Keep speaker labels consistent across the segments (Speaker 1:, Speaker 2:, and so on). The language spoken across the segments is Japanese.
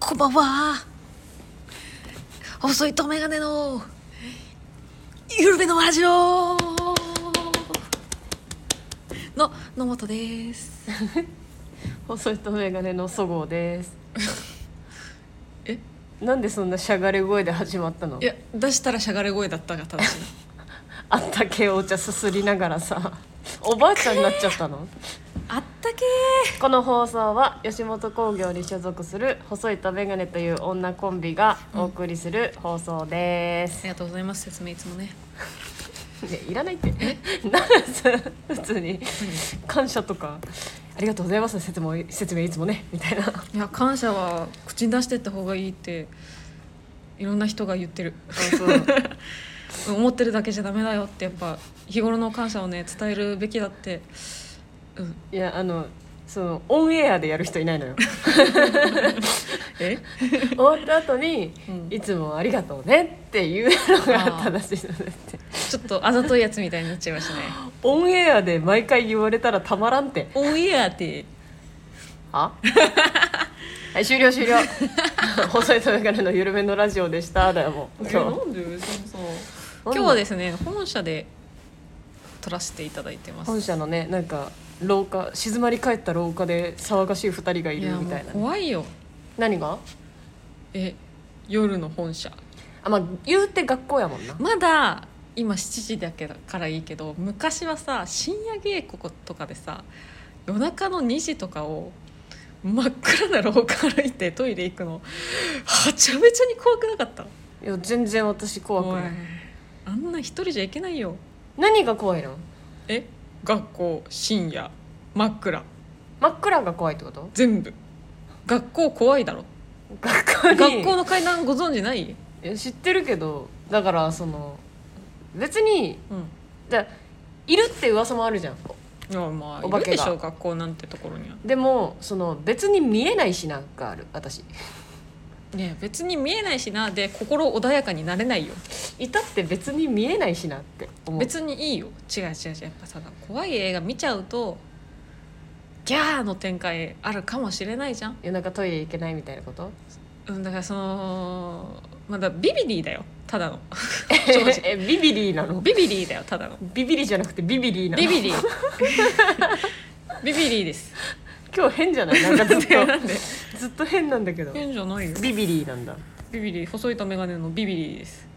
Speaker 1: こんばんは細いとメガネのゆるべのラジオの野本です
Speaker 2: 細いとメガネのそごう です
Speaker 1: え
Speaker 2: なんでそんなしゃがれ声で始まったの
Speaker 1: いや出したらしゃがれ声だったが正しい
Speaker 2: あったけえお茶すすりながらさおばあちゃんになっちゃったの
Speaker 1: あったけ
Speaker 2: この放送は吉本興業に所属する細いとメガネという女コンビがお送りする放送で
Speaker 1: あ
Speaker 2: す、
Speaker 1: りがとうございます説明いつもね
Speaker 2: ねいらないってなんか普通に感謝とかありがとうございます説明説明いつもねみたいない
Speaker 1: や感謝は口に出してった方がいいっていろんな人が言ってる思ってるだけじゃダメだよってやっぱ日頃の感謝をね伝えるべきだってうん
Speaker 2: いやあのそのオンエアでやる人いないのよ
Speaker 1: え
Speaker 2: 終わった後に、
Speaker 1: うん
Speaker 2: いつもありがとうねっていうのが正しいのでって
Speaker 1: ちょっとあざといやつみたいになっちゃいました ね
Speaker 2: オンエアで毎回言われたらたまらんって
Speaker 1: オンエアって
Speaker 2: ははい終了終 了細いとメガネの緩めのラジオでしただよもう今日
Speaker 1: んで今日はですね本社で撮らせていただいてます
Speaker 2: 本社のねなんか廊下静まり返った廊下で騒がしい2人がい
Speaker 1: い
Speaker 2: る
Speaker 1: や
Speaker 2: み
Speaker 1: も
Speaker 2: た
Speaker 1: う
Speaker 2: いな
Speaker 1: 怖いよ
Speaker 2: 何が
Speaker 1: え夜の本社
Speaker 2: あまあ言うて学校やもんな
Speaker 1: まだ今7時だけだからいいけど昔はさ深夜稽古とかでさ夜中の2時とかを真っ暗な廊下歩いてトイレ行くのはちゃめちゃに怖くなかった
Speaker 2: いや全然私怖くない
Speaker 1: おいあんな一人じゃいけないよ
Speaker 2: 何が怖いの
Speaker 1: え学校深夜真っ暗
Speaker 2: 真っ暗が怖いってこと
Speaker 1: 全部学校怖いだろ
Speaker 2: 学校に
Speaker 1: 学校の階段ご存知ない、
Speaker 2: いや知ってるけどだからその別に
Speaker 1: う
Speaker 2: だいるって噂もあるじゃん
Speaker 1: ん、いやまあ
Speaker 2: お
Speaker 1: い
Speaker 2: 化
Speaker 1: る
Speaker 2: けが
Speaker 1: でしょ学校なんてところには
Speaker 2: でもその別に見えないしなんかある私
Speaker 1: ねえ別に見えないしなで心穏やかになれないよ
Speaker 2: いたって別に見えないしなって思う
Speaker 1: 別にいいよ違う違う違うやっぱさ怖い映画見ちゃうとギャーの展開あるかもしれないじゃん、
Speaker 2: 夜中トイレ行けないみたい なこと
Speaker 1: うん、だからそのまだビビリーだよただの
Speaker 2: えビビリーなの
Speaker 1: ビビリーだよただの
Speaker 2: ビビリじゃなくてビビリーなの
Speaker 1: ビビリー ビビリーです
Speaker 2: 今日変じゃないなんかず っ
Speaker 1: なん
Speaker 2: と
Speaker 1: で
Speaker 2: ずっと変なんだけど
Speaker 1: 変じゃないよ
Speaker 2: ビビリーなんだ
Speaker 1: ビビリー細いとメガネのビビリーです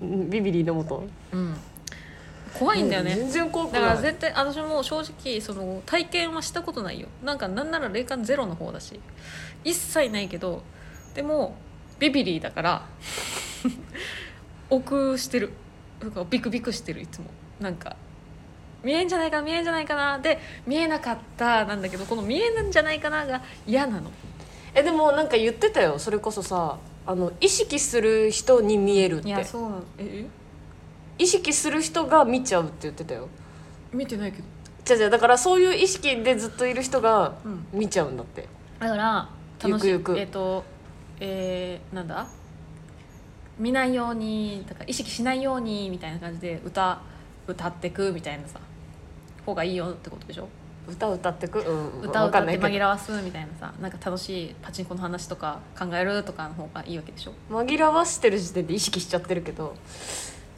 Speaker 2: うんビビリーのもと
Speaker 1: うん怖いんだよね、
Speaker 2: 全然怖くな
Speaker 1: だ
Speaker 2: い
Speaker 1: から絶対私も正直その体験はしたことないよなんかなんなら霊感ゼロの方だし一切ないけどでもビビリーだから 奥してるなんかビクビクしてるいつもなんか見えんじゃないかな見えんじゃないかなで見えなかったなんだけどこの見えなんじゃないかなが嫌なの
Speaker 2: えでもなんか言ってたよそれこそさあの意識する人に見えるって
Speaker 1: そうなのえ
Speaker 2: 意識する人が見ちゃうって言ってたよ
Speaker 1: 見てないけど
Speaker 2: じゃじゃだからそういう意識でずっといる人が
Speaker 1: うん
Speaker 2: 見ちゃうんだって
Speaker 1: だから
Speaker 2: ゆくゆく
Speaker 1: えっ、とえー、なんだ見ないようにだから意識しないようにみたいな感じで歌歌ってくみたいなさ方がいいよってことでしょ
Speaker 2: 歌歌ってく、うん、
Speaker 1: 歌を
Speaker 2: わ
Speaker 1: 歌
Speaker 2: かん
Speaker 1: っ
Speaker 2: な
Speaker 1: て
Speaker 2: い
Speaker 1: 紛
Speaker 2: けど
Speaker 1: らわすみたいなさなんか楽しいパチンコの話とか考えるとかの方がいいわけでしょ
Speaker 2: 紛らわしてる時点で意識しちゃってるけど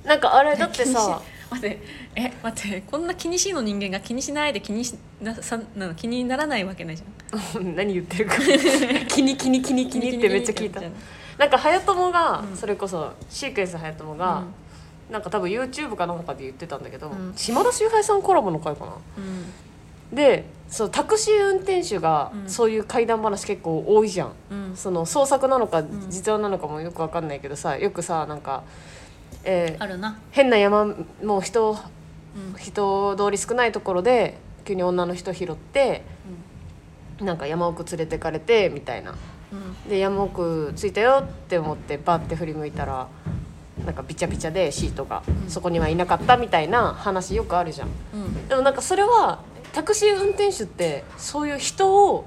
Speaker 2: なんかあれだってさ
Speaker 1: 待ってえ待ってこんな気にしいの人間が気にしないで気にしなさなの気にならないわけないじゃん
Speaker 2: 何言ってるか気に気に気に気にってめっちゃ聞いたなんか早友が、
Speaker 1: うん
Speaker 2: それこそシークエンス早友が、なんか多分 YouTube かなんかで言ってたんだけど、
Speaker 1: うん
Speaker 2: 島田秀平さんコラボの回かな
Speaker 1: うん
Speaker 2: でそうタクシー運転手が
Speaker 1: うん
Speaker 2: そういう怪談話結構多いじゃん、
Speaker 1: うん
Speaker 2: その創作なのか
Speaker 1: ん
Speaker 2: 実話なのかもよくわかんないけどさよくさなんか、えー
Speaker 1: あるな
Speaker 2: 変な山もう人
Speaker 1: うん
Speaker 2: 人通り少ないところで急に女の人拾ってなんか山奥連れてかれてみたいな
Speaker 1: うん
Speaker 2: で山奥着いたよって思ってバッて振り向いたらなんかびちゃびちゃでシートが、
Speaker 1: うん
Speaker 2: そこにはいなかったみたいな話よくあるじゃん。
Speaker 1: うんうん
Speaker 2: でもなんかそれはタクシー運転手ってそういう人を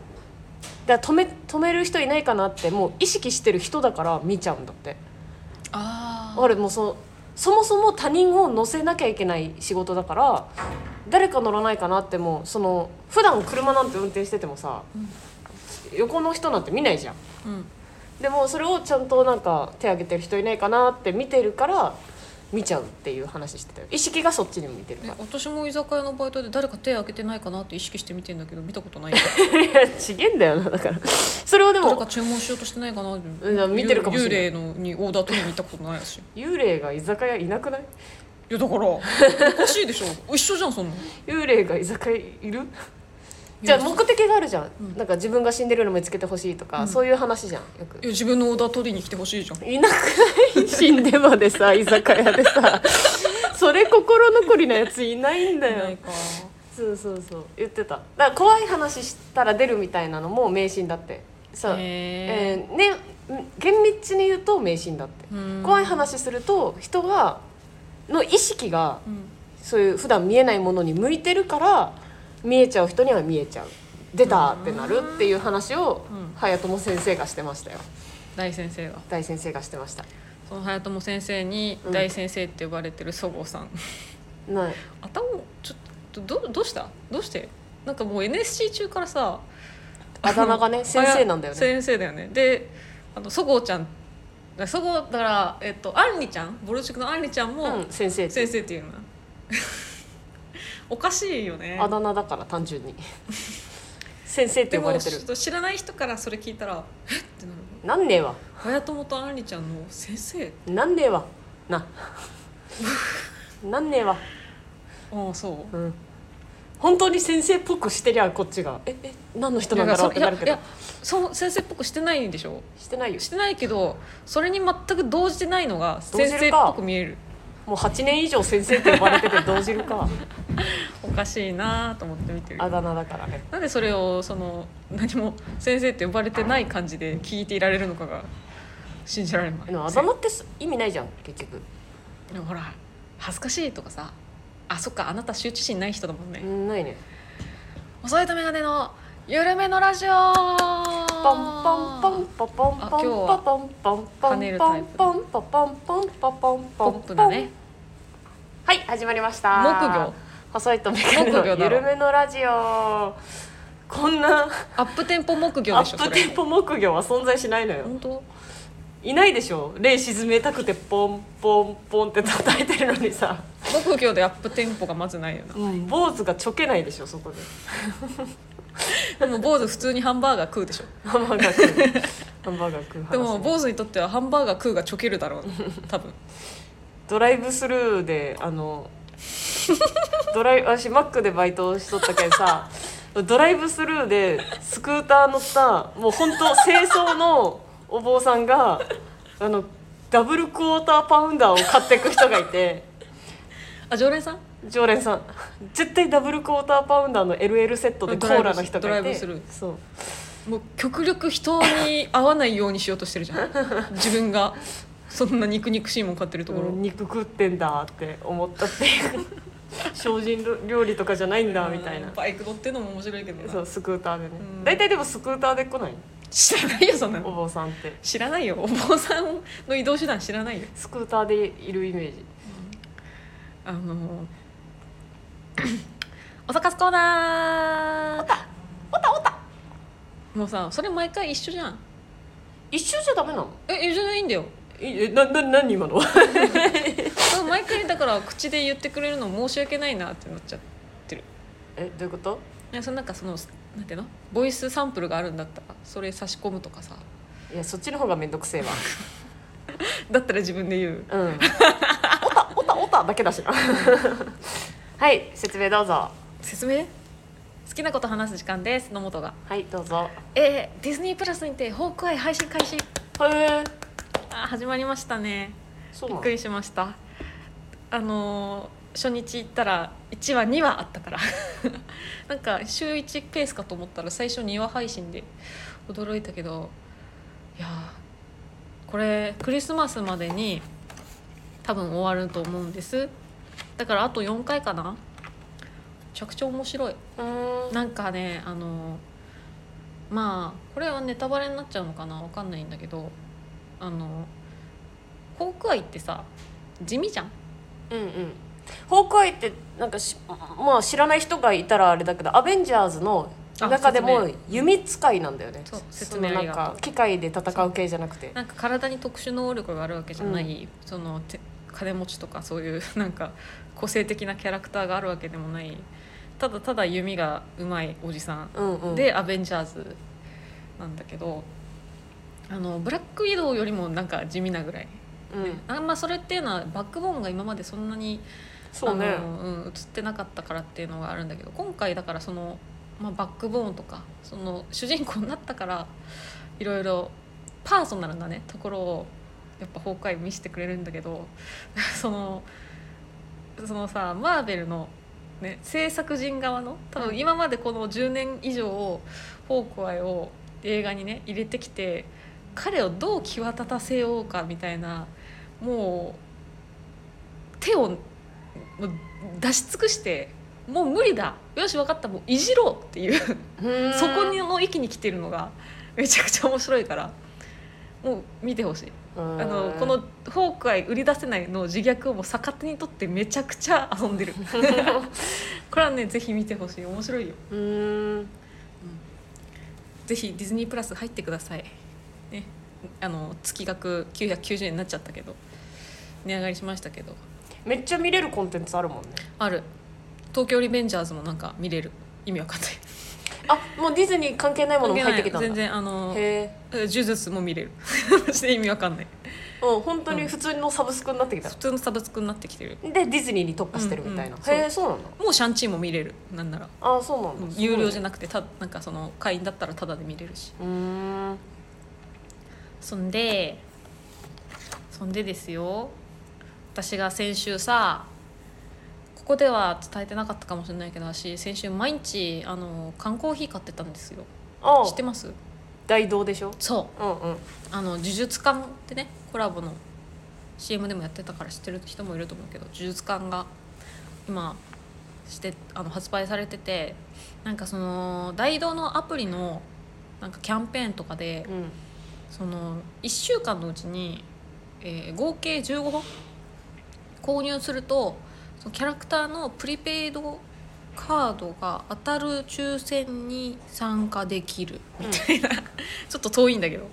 Speaker 2: だから止め止める人いないかなってもう意識してる人だから見ちゃうんだって
Speaker 1: あー
Speaker 2: あれもうそそもそも他人を乗せなきゃいけない仕事だから誰か乗らないかなってもうその普段車なんて運転しててもさ、
Speaker 1: うん
Speaker 2: 横の人なんて見ないじゃん
Speaker 1: うん
Speaker 2: でもそれをちゃんとなんか手挙げてる人いないかなって見てるから見ちゃうっていう話してたよ意識がそっちに向いてる
Speaker 1: ね
Speaker 2: か
Speaker 1: 私も居酒屋のバイトで誰か手挙げてないかなって意識して見てんだけど見たことない
Speaker 2: ら いやちげえんだよなだから それをで
Speaker 1: 誰
Speaker 2: も
Speaker 1: か注文しようとしてないかなって
Speaker 2: うん見てるかもしれ
Speaker 1: 幽霊のにオーダー取りに行ったことないしい
Speaker 2: 幽霊が居酒屋いなくない
Speaker 1: やだからおかしいでしょ一緒じゃんそんな
Speaker 2: 幽霊が居酒屋いる じゃあ
Speaker 1: いや
Speaker 2: 目的があるじゃん、
Speaker 1: うん
Speaker 2: なんか自分が死んでるの見つけてほしいとか、
Speaker 1: うん
Speaker 2: そういう話じゃんよく
Speaker 1: いや自分のオーダー取りに来てほしいじゃん
Speaker 2: いなくない死んでまでさ居酒屋で さそれ心残りなやついないんだ
Speaker 1: な
Speaker 2: よ
Speaker 1: いか
Speaker 2: そうそうそう言ってただから怖い話したら出るみたいなのも迷信だってさ、え
Speaker 1: へ
Speaker 2: ーね厳密に言うと迷信だって、
Speaker 1: ー
Speaker 2: 怖い話すると人がの意識が
Speaker 1: うん
Speaker 2: そういう普段見えないものに向いてるから見えちゃう人には見えちゃう出たってなるっていう話を
Speaker 1: うん
Speaker 2: 早友先生がしてましたよ
Speaker 1: 大先生が
Speaker 2: 大先生がしてました
Speaker 1: その早友先生に
Speaker 2: うん
Speaker 1: 大先生って呼ばれてるそごうさん、
Speaker 2: ない
Speaker 1: 頭ちょっとどどうしたどうしてなんかもう NSC 中からさ
Speaker 2: あだ名がね
Speaker 1: あの
Speaker 2: 先生なんだよね
Speaker 1: 先生だよねであのそごうちゃんそごうだからえっとあんりちゃんぼる塾のあんりちゃん
Speaker 2: う
Speaker 1: も
Speaker 2: ん、先生
Speaker 1: 先生っていうの、 おかしいよね
Speaker 2: あだ名だから 単純に先生って
Speaker 1: で
Speaker 2: 呼ば
Speaker 1: も
Speaker 2: れて
Speaker 1: ちょ
Speaker 2: る
Speaker 1: っと知らない人からそれ聞いたらえっってなる
Speaker 2: なんねえわ
Speaker 1: 早友とあんりちゃんの先生
Speaker 2: なんねえわ ななんねえわ
Speaker 1: ああそう
Speaker 2: うん本当に先生っぽくしてりゃこっちがええ何の人なんだろうって
Speaker 1: いや
Speaker 2: ないる
Speaker 1: や
Speaker 2: け
Speaker 1: い
Speaker 2: ど
Speaker 1: やそう先生っぽくしてないんでしょ
Speaker 2: してないよ
Speaker 1: してないけどそれに全く動じてないのが
Speaker 2: 動じ
Speaker 1: 先
Speaker 2: るか
Speaker 1: 生っぽく見える
Speaker 2: もう8年以上先生って呼ばれてて動じるか
Speaker 1: おかしいなと思って見てる
Speaker 2: あだ名だからね
Speaker 1: なんでそれをその何も 先生って呼ばれてない感じで聞いていられるのかが 信じられない
Speaker 2: でもあだ名ってす意味ないじゃん結局
Speaker 1: でもほら恥ずかしいとかさあそっかあなた羞恥心ない人だもんね、
Speaker 2: うんないね
Speaker 1: 遅いとメガネの緩めのラジオ
Speaker 2: パンパンパンパパンパンパパンパンパンパンパンパンパパンパンパパ
Speaker 1: ポ
Speaker 2: ンパ
Speaker 1: ッ
Speaker 2: ン
Speaker 1: プ
Speaker 2: パ
Speaker 1: な
Speaker 2: ン
Speaker 1: ね
Speaker 2: はい始まりました
Speaker 1: 木魚
Speaker 2: 細いとメガネ
Speaker 1: 木魚
Speaker 2: の
Speaker 1: だろ
Speaker 2: 緩めのラジオこんな
Speaker 1: アップテンポ木魚
Speaker 2: ア
Speaker 1: でし
Speaker 2: ッ
Speaker 1: ょそ
Speaker 2: プ
Speaker 1: れ
Speaker 2: テンポ木魚は存在しないのよ
Speaker 1: 本当
Speaker 2: いないでしょ霊沈めたくてポンポンポンって叩いてるのにさ、
Speaker 1: 木魚でアップテンポがまずないよな
Speaker 2: うん、坊主がちょけないでしょそこで
Speaker 1: でも坊主普通にハンバーガー食うでしょ
Speaker 2: ハンバーガー食うハンバーガー食う話
Speaker 1: でも坊主にとってはハンバーガー食うがちょけるだろうな多分
Speaker 2: ドライブスルーであの ドライ私マックでバイトしとったけどさドライブスルーでスクーター乗ったもう本当清掃のお坊さんがあのダブルクォーターパウンダーを買っていく人がいて
Speaker 1: あ常連さん
Speaker 2: 常連さん絶対ダブルクォーターパウンダーの LL セットでコーラの人
Speaker 1: ドラ
Speaker 2: がい
Speaker 1: イブ
Speaker 2: て
Speaker 1: スドライブ
Speaker 2: そう
Speaker 1: もう極力人に会わないようにしようとしてるじゃ ん自分がそんな肉肉しいもん買ってるところ、
Speaker 2: うん肉食ってんだって思ったっていう 精進料理とかじゃないんだみたいな
Speaker 1: バイク乗ってんのも面白いけどな
Speaker 2: そうスクーターでね
Speaker 1: うん
Speaker 2: 大体でもスクーターで来ない
Speaker 1: 知らないよそんな
Speaker 2: お
Speaker 1: の
Speaker 2: 坊さんって
Speaker 1: 知らないよお坊さんの移動手段知らないよ
Speaker 2: スクーターでいるイメージ
Speaker 1: あ のおさかすコーナーおたおたおたもうさそれ毎回一緒じゃん
Speaker 2: 一周じゃダメなの
Speaker 1: え一緒でいいんだよ
Speaker 2: ええなな何今の
Speaker 1: そう毎回だから口で言ってくれるの申し訳ないなってなっちゃう
Speaker 2: えどういうこと
Speaker 1: いやそのなんかそのなんていうのボイスサンプルがあるんだったらそれ差し込むとかさ
Speaker 2: いやそっちの方が面倒くせ えわ
Speaker 1: だったら自分で言う
Speaker 2: うんオタオタオタだけだしな はい説明どうぞ
Speaker 1: 説明好きなこと話す時間です野本が
Speaker 2: はいどうぞ
Speaker 1: えー、ディズニープラスにてホークアイ配信開始
Speaker 2: へえ
Speaker 1: あー始まりましたね
Speaker 2: そう
Speaker 1: び
Speaker 2: な
Speaker 1: っ
Speaker 2: の
Speaker 1: くりしましたあのー初日行ったら1話2話あったから なんか週1ペースかと思ったら最初2話配信で驚いたけどいやーこれクリスマスまでに多分終わると思うんですだからあと4回かなめちゃくちゃ面白いう
Speaker 2: ーん
Speaker 1: なんかねあのまあこれはネタバレになっちゃうのかなわかんないんだけどあのホークアイってさ地味じゃん
Speaker 2: うんうんホークアイってなんかしまあ知らない人がいたらあれだけどアベンジャーズの
Speaker 1: あ
Speaker 2: 中でも
Speaker 1: 説
Speaker 2: 弓使いなんだよね
Speaker 1: そう
Speaker 2: そ
Speaker 1: 説
Speaker 2: の
Speaker 1: 明
Speaker 2: な
Speaker 1: あ
Speaker 2: ん
Speaker 1: りがとう
Speaker 2: か機械で戦う系じゃなくて
Speaker 1: なんか体に特殊能力があるわけじゃない、そのて金持ちとかそう いうなんか個性的なキャラクターがあるわけでもないただただ弓がうまいおじさん
Speaker 2: うんうん
Speaker 1: で、アベンジャーズなんだけどあのブラックウィドウよりもなんか地味なぐらい
Speaker 2: うん、
Speaker 1: あんまそれっていうのはバックボーンが今までそんなに
Speaker 2: そうね
Speaker 1: あのうん、映ってなかったからっていうのがあるんだけど今回だからその、まあ、バックボーンとかその主人公になったからいろいろパーソナルなねところをやっぱ崩壊見せてくれるんだけど そのそのさマーベルの、ね、制作陣側の多
Speaker 2: うん
Speaker 1: 分今までこの10年以上ホークアイを映画にね入れてきて彼をどう際立たせようかみたいなもう手をもう出し尽くしてもう無理だよし分かったもういじろうっていう
Speaker 2: うん
Speaker 1: そこにの域に来てるのがめちゃくちゃ面白いからもう見てほしい
Speaker 2: あ
Speaker 1: あのこの「ホークアイ売り出せない」の自虐をもう逆手にとってめちゃくちゃ遊ん でるこれはねぜひ見てほしい面白いよ
Speaker 2: うん
Speaker 1: ぜひディズニープラス入ってくださいねあの月額990円になっちゃったけど値上がりしましたけど
Speaker 2: めっちゃ見れるコンテンツあるもんね
Speaker 1: ある東京リベンジャーズもなんか見れる意味わかんない
Speaker 2: あもうディズニー関係ないものも入ってきたんだ
Speaker 1: 全然あの
Speaker 2: へえ
Speaker 1: 呪術も見れる マジで意味わかんない
Speaker 2: うん本当に普通のサブスクになってきた
Speaker 1: 普、通のサブスクになってきてる
Speaker 2: でディズニーに特化してるみたいな、
Speaker 1: うんうんそう
Speaker 2: へえそうなんだ
Speaker 1: もうシャンチーも見れるなんなら
Speaker 2: ああそうなんだ、
Speaker 1: 有料じゃ
Speaker 2: な
Speaker 1: なくてたなんかその会員だったらタダで見れるし
Speaker 2: うーん
Speaker 1: そんでそんでですよ私が先週さここでは伝えてなかったかもしれないけど私先週毎日あの缶コーヒー買ってたんですよ
Speaker 2: あ
Speaker 1: 知っ
Speaker 2: あ
Speaker 1: てます
Speaker 2: 大道でしょ
Speaker 1: そう
Speaker 2: うんうん
Speaker 1: あの呪術館ってねコラボの CM でもやってたから知ってる人もいると思うけど呪術館が今してあの発売されててなんかその大道のアプリのなんかキャンペーンとかで
Speaker 2: うん
Speaker 1: その1週間のうちに、えー合計15本購入するとそのキャラクターのプリペイドカードが当たる抽選に参加できるみたいな、ちょっと遠いんだけど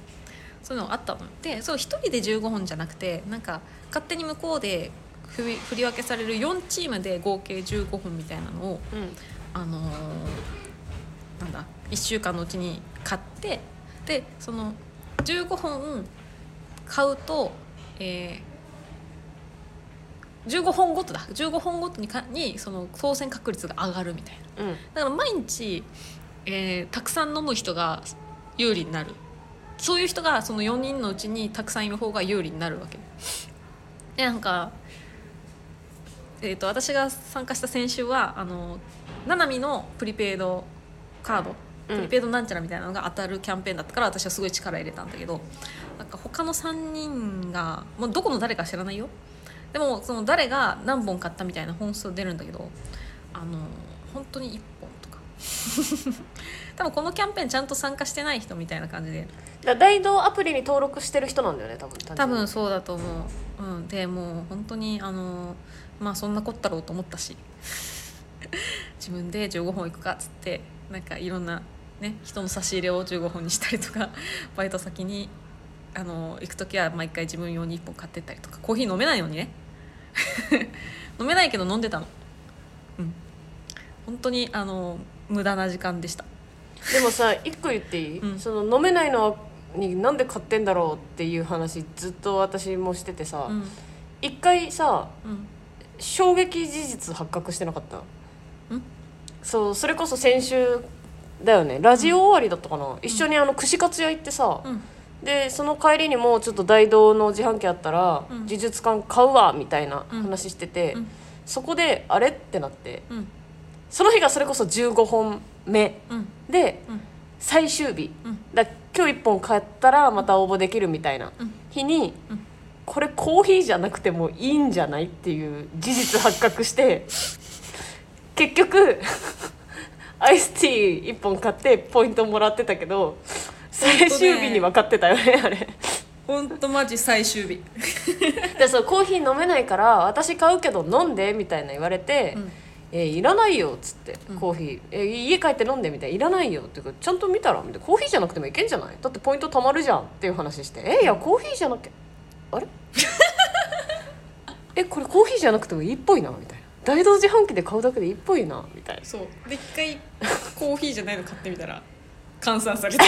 Speaker 1: そういうのあったのでそう1人で15本じゃなくてなんか勝手に向こうで振り振り分けされる4チームで合計15本みたいなのを
Speaker 2: うん
Speaker 1: あのーなんだ1週間のうちに買ってでその15本買うと、えー15本ごとだ15本ごとにかにその当選確率が上がるみたいな
Speaker 2: うん
Speaker 1: だから毎日、えーたくさん飲む人が有利になるそういう人がその4人のうちにたくさんいる方が有利になるわけでなんか、えー、と私が参加した先週はあのななみのプリペイドカード
Speaker 2: うん
Speaker 1: プリペイドなんちゃらみたいなのが当たるキャンペーンだったから私はすごい力入れたんだけどなんか他の3人がもうどこの誰か知らないよでもその誰が何本買ったみたいな本数出るんだけどあの本当に1本とか 多分このキャンペーンちゃんと参加してない人みたいな感じで
Speaker 2: だから大道アプリに登録してる人なんだよね多分
Speaker 1: 多分そうだと思う、うん、でもう本当にあのまあそんなこったろうと思ったし自分で15本いくかっつってなんかいろんな、ね、人の差し入れを15本にしたりとか バイト先にあの行く時は毎回自分用に1本買ってったりとかコーヒー飲めないようにね 飲めないけど飲んでたのうん本当にあの無駄な時間でした
Speaker 2: でもさ一個言っていい、
Speaker 1: うん
Speaker 2: その飲めないのになんで買ってんだろうっていう話ずっと私もしててさ
Speaker 1: うん
Speaker 2: 一、回さ
Speaker 1: うん
Speaker 2: 衝撃事実発覚してなかった
Speaker 1: ん
Speaker 2: そうそれこそ先週だよねラジオ終わりだったかな、一緒にあの串カツ屋行ってさ、
Speaker 1: うん
Speaker 2: でその帰りにもうちょっと大道の自販機あったら、
Speaker 1: うん
Speaker 2: 呪術館買うわみたいな話してて、
Speaker 1: うん
Speaker 2: そこであれってなって
Speaker 1: うん
Speaker 2: その日がそれこそ15本目
Speaker 1: うん
Speaker 2: で
Speaker 1: うん
Speaker 2: 最終日、
Speaker 1: うん
Speaker 2: だ今日1本買ったらまた応募できるみたいな
Speaker 1: うん
Speaker 2: 日に、
Speaker 1: うん
Speaker 2: これコーヒーじゃなくてもいいんじゃないっていう事実発覚して 結局アイスティー1本買ってポイントもらってたけど最終日に分かってたよねあれ。
Speaker 1: 本当マジ最終日
Speaker 2: でそうコーヒー飲めないから私買うけど飲んでみたいな言われて、
Speaker 1: うん
Speaker 2: 「えいらないよ」っつって
Speaker 1: うん
Speaker 2: コーヒー、え家帰って飲んで」みたいな「いらないよ」っていうか「ちゃんと見たら」みたいな「コーヒーじゃなくてもいけんじゃない?」だってポイントたまるじゃんっていう話して「えいやコーヒーじゃなきゃ あれえこれコーヒーじゃなくてもいいっぽいな」みたいな「大同自販機で買うだけでいいっぽいな」みたいな。
Speaker 1: そうで一回コーヒーじゃないの買ってみたら換算されて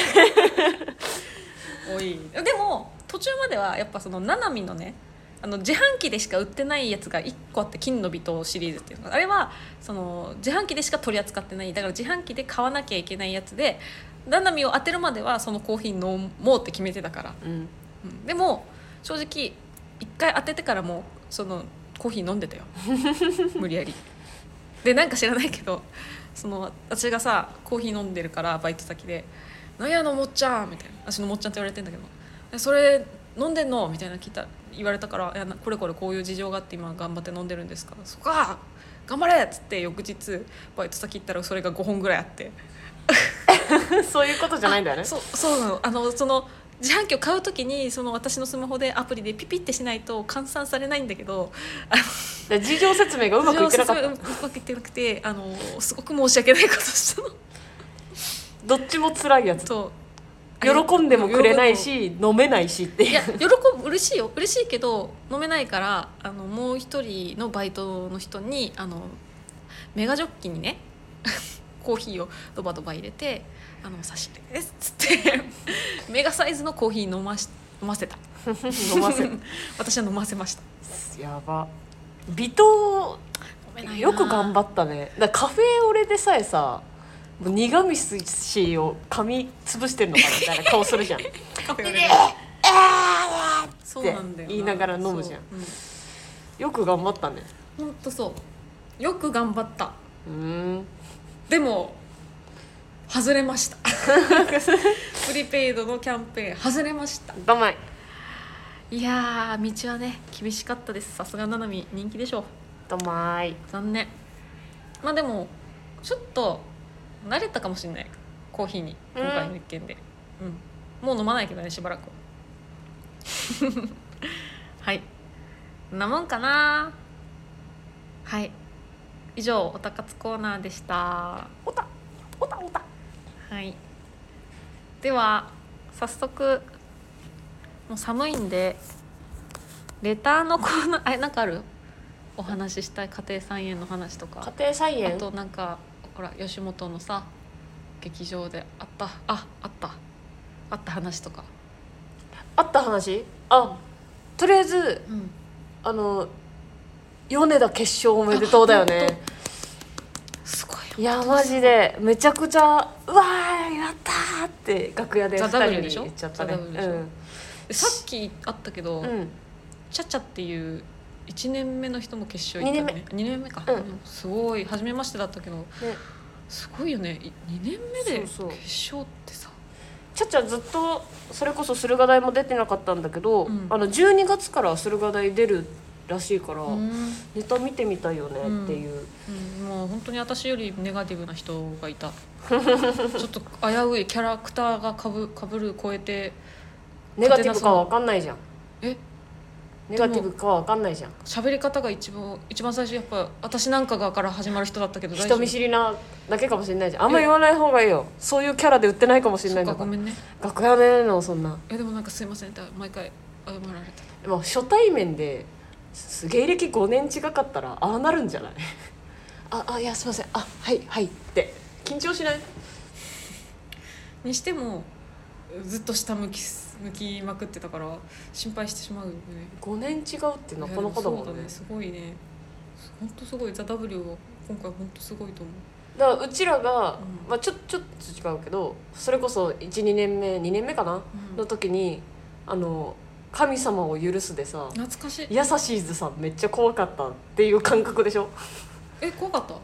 Speaker 1: おいでも途中まではやっぱそのナナミのねあの自販機でしか売ってないやつが1個あって「金の微糖」シリーズっていうのがあれはその自販機でしか取り扱ってないだから自販機で買わなきゃいけないやつでナナミを当てるまではそのコーヒー飲もうって決めてたから、
Speaker 2: うん
Speaker 1: うんでも正直1回当ててからもうそのコーヒー飲んでたよ無理やりでなんか知らないけどその私がさコーヒー飲んでるからバイト先で「なんやのもっちゃん」みたいな私のもっちゃんって言われてんだけどえ「それ飲んでんの?」みたいな聞いた言われたからいやな「これこれこういう事情があって今頑張って飲んでるんですから」「そっか頑張れ!」っつって翌日バイト先行ったらそれが5本ぐらいあって。
Speaker 2: そういうことじゃないんだよね。
Speaker 1: そうそうなのあのその自販機を買うときにその私のスマホでアプリでピピってしないと換算されないんだけど
Speaker 2: で事情説明がうまくいってなかっ
Speaker 1: 事
Speaker 2: た
Speaker 1: 情。説明うまくいってなくてあのすごく申し訳ないことしたの
Speaker 2: どっちも辛いやつ。
Speaker 1: と
Speaker 2: 喜んでもくれないし、飲めないしって
Speaker 1: い
Speaker 2: いう
Speaker 1: や。喜ぶ嬉しいよ嬉しいけど飲めないからあのもう一人のバイトの人にあのメガジョッキにね コーヒーをドバドバ入れて「あの差し入れです」っつって メガサイズのコーヒー飲まし飲ませた
Speaker 2: 飲ませる。
Speaker 1: 私は飲ませました
Speaker 2: やば。微糖よく頑張
Speaker 1: っ
Speaker 2: ったね。だからカフェオレでさえさ。もう苦味しを噛み潰してるのかなみたいな顔する じゃん
Speaker 1: そうなんだよ
Speaker 2: って言いながら飲むじゃん
Speaker 1: そう
Speaker 2: よく頑張ったね
Speaker 1: うんほんとそうよく頑張った
Speaker 2: うーん
Speaker 1: でも外れました プリペイドのキャンペーン外れました
Speaker 2: だまい
Speaker 1: いやー道はね厳しかったですさすがななみ人気でしょう
Speaker 2: だまい
Speaker 1: 残念まあでもちょっと慣れたかもしれないコーヒーに
Speaker 2: うん
Speaker 1: 今回の一件で、うんもう飲まないけどねしばらく ははいこんなもんかなはい以上おたかつコーナーでした
Speaker 2: おたおたおた
Speaker 1: はいでは早速もう寒いんでレターのコーナーあなんかあるお話ししたい家庭菜園の話とか
Speaker 2: 家庭菜
Speaker 1: あ
Speaker 2: 園
Speaker 1: となんかほら吉本のさ劇場であったああったあった話とか、
Speaker 2: あった話あとりあえず
Speaker 1: うん、
Speaker 2: あの米田決勝おめでとうだよ
Speaker 1: あ
Speaker 2: ね
Speaker 1: 本すごい
Speaker 2: いやマジでめちゃくちゃ「うわーやった!」って楽屋で
Speaker 1: ザ W
Speaker 2: 2
Speaker 1: でし
Speaker 2: 人
Speaker 1: ょ
Speaker 2: に言っちゃったね
Speaker 1: ザ W でしょよさっきあったけど、
Speaker 2: うん、うん、
Speaker 1: チャチャっていう1年目の人も決勝行ったよね2年目か、
Speaker 2: うん
Speaker 1: すごい初めましてだったけど、すごいよねい2年目で決
Speaker 2: そうそう
Speaker 1: 勝ってさ
Speaker 2: ちゃちゃずっとそれこそ駿河台も出てなかったんだけど、
Speaker 1: うん
Speaker 2: あの12月から駿河台出るらしいから、
Speaker 1: うん
Speaker 2: ネタ見てみたいよねっていう、
Speaker 1: うんもう本当に私よりネガティブな人がい たちょっと危ういキャラクターがかぶかぶる超えて
Speaker 2: ネガティブかわかんないじゃん
Speaker 1: え
Speaker 2: ネガティブかわかんないじゃん
Speaker 1: 喋り方が一番一番最初やっぱ私なんかがから始まる人だったけど
Speaker 2: 人見知
Speaker 1: り
Speaker 2: りなだけかもしれないじゃんあんま言わない方がいいよそういうキャラで売ってないかもしれないん
Speaker 1: そ
Speaker 2: だ
Speaker 1: っか
Speaker 2: か
Speaker 1: ご
Speaker 2: ら
Speaker 1: めんね
Speaker 2: 楽屋でのそんない
Speaker 1: やでもなんかすいませんって毎回謝られた
Speaker 2: でも初対面です芸歴5年違かったらああなるんじゃないああいやすいませんあはいはいって緊張しない
Speaker 1: にしてもずっと下向き向きまくってたから心配してしまうよね
Speaker 2: 5年違うってなかなかだもん
Speaker 1: いやでそう
Speaker 2: ね
Speaker 1: すごいね本当すごい「ザ・ w を今回本当すごいと思う
Speaker 2: だからうちらが、
Speaker 1: うん
Speaker 2: まあ、ちょちょっと違うけどそれこそ12年目2年目かな、
Speaker 1: うん
Speaker 2: の時にあの「神様を許す」でさ
Speaker 1: 懐かしい
Speaker 2: 優しいずさんめっちゃ怖かったっていう感覚でしょ
Speaker 1: え怖かった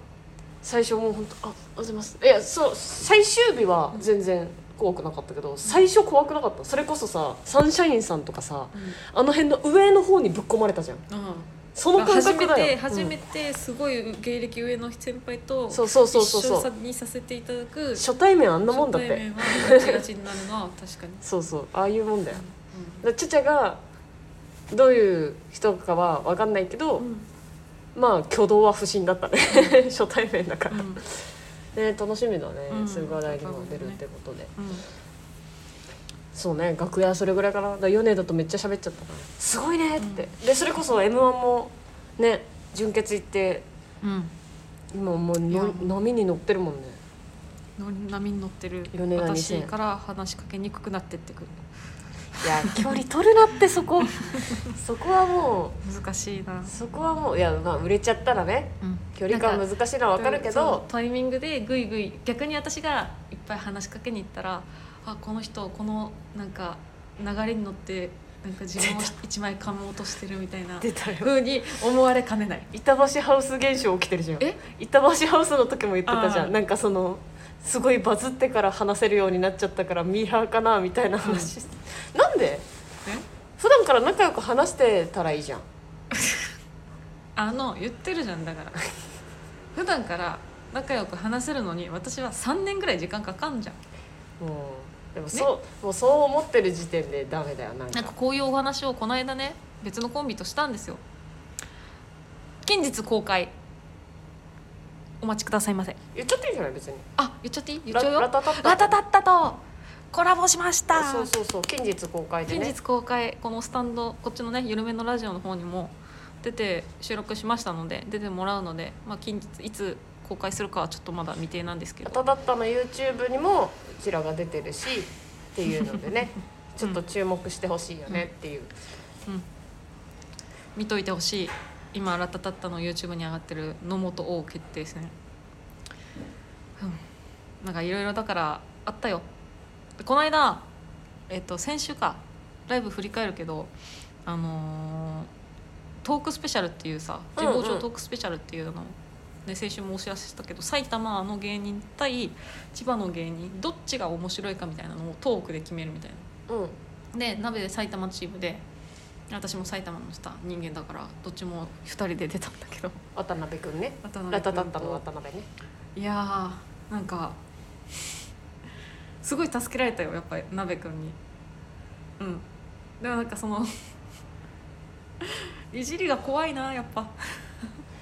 Speaker 2: 最初もう本当あありがとうございますいやそう最終日は全然怖くなかったけど最初怖くなかったそれこそさサンシャインさんとかさ
Speaker 1: う
Speaker 2: あの辺の上の方にぶっ込まれたじゃん
Speaker 1: ん、あ
Speaker 2: その感
Speaker 1: 初
Speaker 2: 覚
Speaker 1: め
Speaker 2: だよ
Speaker 1: て初め
Speaker 2: て、
Speaker 1: てすごい芸歴上の先輩
Speaker 2: う
Speaker 1: と
Speaker 2: んそうそう
Speaker 1: 一
Speaker 2: そうそう
Speaker 1: 緒
Speaker 2: そう
Speaker 1: にさせていただく
Speaker 2: 初対面あんなもんだっ
Speaker 1: 初対
Speaker 2: て
Speaker 1: 面はガチガチになるのは確かに、
Speaker 2: そうそうああいうもんだよ
Speaker 1: う
Speaker 2: だからチャチャがどういう人かは分かんないけど、
Speaker 1: んうん
Speaker 2: まあ挙動は不審だったね初対面だか
Speaker 1: う
Speaker 2: ら、
Speaker 1: ん
Speaker 2: ね楽しみだね、
Speaker 1: うん
Speaker 2: そういう話題にも出るってことで、
Speaker 1: うん
Speaker 2: そうね楽屋それぐらいかなだから米田とめっちゃ喋っちゃったなすごいねって、でそれこそ m 1もね準決行って
Speaker 1: うん
Speaker 2: 今もう
Speaker 1: いや
Speaker 2: の波に乗ってるもんね
Speaker 1: の波に乗ってる
Speaker 2: 米田2000
Speaker 1: 私から話しかけにくくなってってくる
Speaker 2: いや距離取るなってそこ そこはも
Speaker 1: 難しいな
Speaker 2: う、そこはもういやまあ売れちゃったらね
Speaker 1: うん
Speaker 2: 距離感
Speaker 1: なん
Speaker 2: 難
Speaker 1: か
Speaker 2: しいのは分かるけ
Speaker 1: そう
Speaker 2: ど
Speaker 1: タイミングでぐいぐい逆に私がいっぱい話しかけに行ったらあこの人このなんか流れに乗ってなんか自分を
Speaker 2: 出
Speaker 1: 一枚噛もうとしてるみたいな
Speaker 2: 出たよ
Speaker 1: 風に思われかねない
Speaker 2: 板橋ハウス現象起きてるじゃん
Speaker 1: え
Speaker 2: 板橋ハウスの時も言ってたじゃ
Speaker 1: あー
Speaker 2: んなんかそのすごいバズってから話せるようになっちゃったからミーハーかなみたいな話、なんで普段から仲良く話してたらいいじゃん
Speaker 1: あの言ってるじゃんだ から普段から仲良く話せるのに私は3年ぐらい時間かかんじゃん
Speaker 2: もうでもそう、もうそう思ってる時点でダメだよなんか
Speaker 1: なんかこういうお話をこの間ね別のコンビとしたんですよ近日公開お待ちくださいませ
Speaker 2: 言っちゃっていいんじゃない別に
Speaker 1: あ言っちゃっていい言っちゃう
Speaker 2: ラ
Speaker 1: よ
Speaker 2: ラタタッタ
Speaker 1: ラタタッタとコラボしました
Speaker 2: そうそうそう近日公開で
Speaker 1: 近
Speaker 2: ね
Speaker 1: 日公開このスタンドこっちのね緩めのラジオの方にも出て収録しましたので出てもらうので、まあ、近日いつ公開するかはちょっとまだ未定なんですけ
Speaker 2: ラ
Speaker 1: ど
Speaker 2: タタッタの YouTube にもうちらが出てるしっていうので ねちょっと注目してほしいよねっていう、
Speaker 1: 見といてほしい今ラタタッタの YouTube に上がってる野本王決定戦、うん、なんかいろいろだからあったよでこの間えっと先週かライブ振り返るけどあのートークスペシャルっていうさ
Speaker 2: うん
Speaker 1: 神
Speaker 2: うん
Speaker 1: 保町トークスペシャルっていうの、ね、先週もお知らせしたけど埼玉の芸人対千葉の芸人どっちが面白いかみたいなのをトークで決めるみたいな
Speaker 2: うん
Speaker 1: で鍋で埼玉チームで私も埼玉のさ人間だからどっちも2人で出たんだけど
Speaker 2: 渡辺くんね
Speaker 1: 渡辺君と
Speaker 2: ラタタッタの渡辺ね
Speaker 1: いやーなんかすごい助けられたよやっぱり鍋くんにうんでもなんかそのいじりが怖いなやっぱ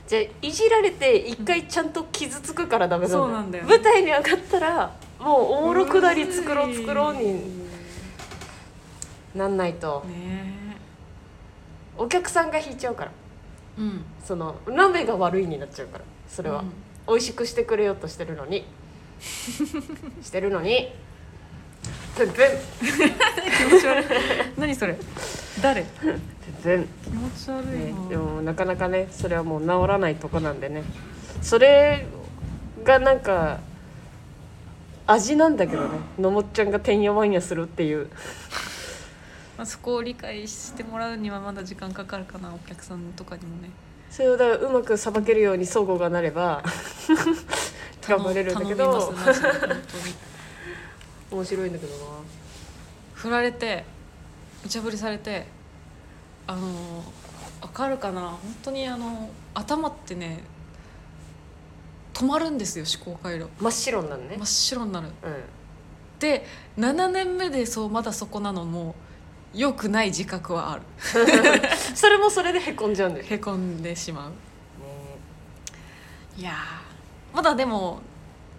Speaker 2: じゃあいじられて一回ちゃんと傷つくからダメなんだよ
Speaker 1: そうなんだよね
Speaker 2: 舞台に上がったらもうおもろくだり作ろう作ろうに
Speaker 1: ね
Speaker 2: なんないとお客さんが引いちゃうから
Speaker 1: えうん
Speaker 2: その鍋が悪いになっちゃうからそれは、
Speaker 1: うん
Speaker 2: 美味しくしてくれようとしてるのにしてるのにプンプン
Speaker 1: 気持ち悪い何それ誰
Speaker 2: プン
Speaker 1: 気持ち悪
Speaker 2: プン、ね
Speaker 1: いな、
Speaker 2: でもなかなかねそれはもう治らないとこなんでねそれがなんか味なんだけどねのもっちゃんがてんやわんやするっていう
Speaker 1: まあ、そこを理解してもらうにはまだ時間かかるかなお客さんとかにもね
Speaker 2: それをだからうまくさばけるように相互がなれ ば頑張れるんだけど、
Speaker 1: 頼みますマジで本当に
Speaker 2: 面白いんだけどな
Speaker 1: 振られて無茶ぶりされてあのわかるかな本当にあの頭ってね止まるんですよ思考回路
Speaker 2: 真っ白になるね
Speaker 1: 真っ、白になる
Speaker 2: うん
Speaker 1: で7年目でそうまだそこなのも良くない自覚はある
Speaker 2: それもそれでへこんじゃうんだよ、ね、
Speaker 1: へこんでしまういやーまだでも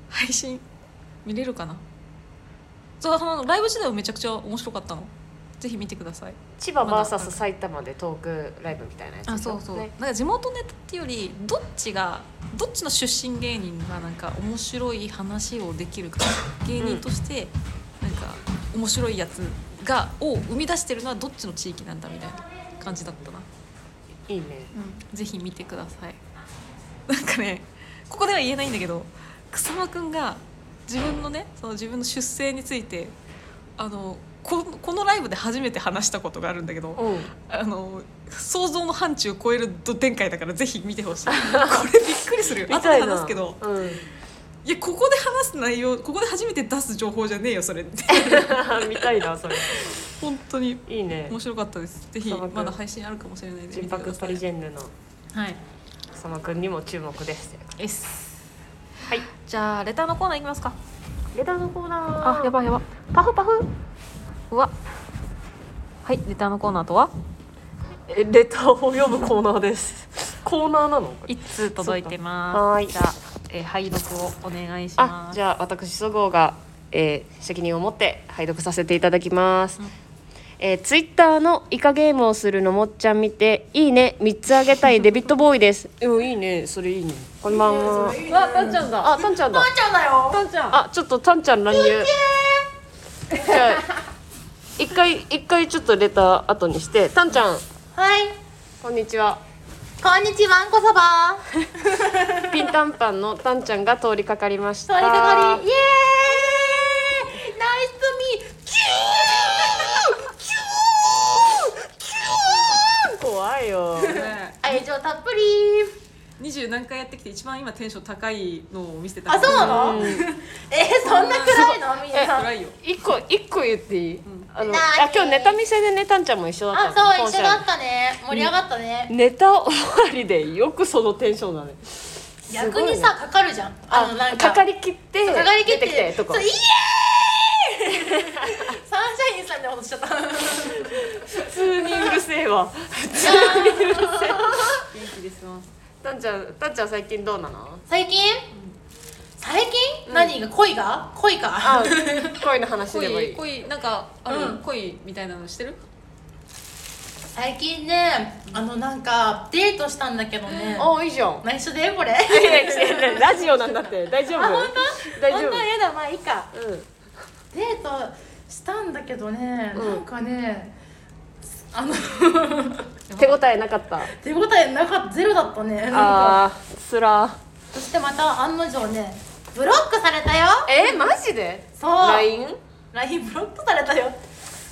Speaker 1: 配信見れるかなそうあのライブ時代はめちゃくちゃ面白かったのぜひ見てください
Speaker 2: 千葉
Speaker 1: まだ
Speaker 2: VS 埼玉でトークライブみたいなやつ
Speaker 1: あそうそう、
Speaker 2: ね
Speaker 1: なんか地元ネタっていうよりどっちがどっちの出身芸人がなんか面白い話をできるか芸人としてなんか面白いやつがを生み出してるのはどっちの地域なんだみたいな感じだったな、
Speaker 2: いいね
Speaker 1: ぜひ見てくださいなんかねここでは言えないんだけど草間くんが自分のねその自分の出生についてあのここのライブで初めて話したことがあるんだけど、
Speaker 2: うん
Speaker 1: あの想像の範疇を超えるど展開だからぜひ見てほし いこれびっくりするよ
Speaker 2: み
Speaker 1: 後
Speaker 2: た
Speaker 1: で
Speaker 2: いな
Speaker 1: 話すけど
Speaker 2: うん
Speaker 1: いやここで話す内容ここで初めて出す情報じゃねえよそれって
Speaker 2: 見たいなそれ
Speaker 1: 本当に
Speaker 2: いいね
Speaker 1: 面白かったですぜひ
Speaker 2: そう僕
Speaker 1: まだ配信あるかもしれないで
Speaker 2: 純
Speaker 1: 見てく
Speaker 2: 白
Speaker 1: だ
Speaker 2: パ
Speaker 1: さ
Speaker 2: リ
Speaker 1: い
Speaker 2: ジェンヌの
Speaker 1: はい
Speaker 2: 草間くんにも注目です
Speaker 1: です
Speaker 2: はい
Speaker 1: じゃあレターのコーナーいきますか
Speaker 2: レターのコーナ
Speaker 1: あ
Speaker 2: ー
Speaker 1: やばいやば
Speaker 2: パフパフ
Speaker 1: うわはいレターのコーナーとは
Speaker 2: えレターを読むコーナーですコーナーなのこれ
Speaker 3: 一通届いてます。
Speaker 2: そっかはーい
Speaker 3: じゃあ、えー、拝読をお願いし
Speaker 2: あ
Speaker 3: ます。
Speaker 2: じゃあ私そごうが、えー責任を持って拝読させていただきます、
Speaker 3: うん
Speaker 2: えツイッター Twitter のイカゲームをするのもっちゃん見ていいね三つあげたいデビットボーイです。うんいいねそれいいね。こんばんは。
Speaker 1: わたんちゃんだ
Speaker 2: あたんちゃんだ。
Speaker 3: ちゃんだよ。
Speaker 1: たんちゃん
Speaker 2: あちょっとたんちゃん乱入。じゃあ一回一回ちょっとレター後にしてたんちゃん
Speaker 4: はい、
Speaker 2: こんにちは。
Speaker 4: こんにちは、んこそば。
Speaker 2: ピンタンパンのたんちゃんが通りかかりまし
Speaker 4: 通
Speaker 2: た。
Speaker 4: りかかり、イエーイ。ナイスミー。キュー。キュー。キュー。
Speaker 2: 怖いよ。
Speaker 4: 愛情たっぷり。
Speaker 1: 二十何回やってきて一番今テンション高いのを見せてた
Speaker 4: あ、そうなの。えそんな暗いの、みん
Speaker 2: え
Speaker 4: な。
Speaker 1: 暗いよ
Speaker 2: 一個一個言っていい？あの
Speaker 4: な
Speaker 2: あ
Speaker 4: に
Speaker 2: 今日ネタ見せでねたんちゃんも一緒だ
Speaker 4: あ、
Speaker 2: ったの
Speaker 4: そう、
Speaker 2: 本
Speaker 4: 一
Speaker 2: 社
Speaker 4: 緒
Speaker 2: で
Speaker 4: だったね。盛り上がったね。
Speaker 2: ネタ終わりでよくそのテンションだね。
Speaker 4: 逆にさ、かかるじゃん。あの、なんか。
Speaker 2: かかりきって
Speaker 4: かかりき
Speaker 2: 出
Speaker 4: っ
Speaker 2: てきて
Speaker 4: て。
Speaker 2: とか
Speaker 4: そうイエー イ。サンシャインさんみたいなことしちゃった。
Speaker 2: 普通にうるせえわ。
Speaker 1: 元気ですわ
Speaker 2: たんちゃんたんちゃん最近どうなの？
Speaker 4: 最近。最近、何が恋が恋か
Speaker 2: あ恋の話でも
Speaker 1: 恋
Speaker 2: いい。
Speaker 1: 恋なんかある、
Speaker 4: うん
Speaker 1: 恋みたいなのしてる
Speaker 4: 最近ねあのなんかデートしたんだけどね
Speaker 2: おいいじゃん。
Speaker 4: 内緒でこれ
Speaker 2: いやいやいやラジオなんだって大丈夫？大丈夫。
Speaker 4: やだまあいいか
Speaker 2: うん。
Speaker 4: デートしたんだけどね、
Speaker 2: うん
Speaker 4: なんかねあの
Speaker 2: 手応えなかった。
Speaker 4: 手応えなかったゼロだったねなんか
Speaker 2: あーつら。
Speaker 4: そしてまた案の定ねブロックされたよ
Speaker 2: えマジで？
Speaker 4: そう
Speaker 2: LINE？
Speaker 4: LINE ブロックされたよ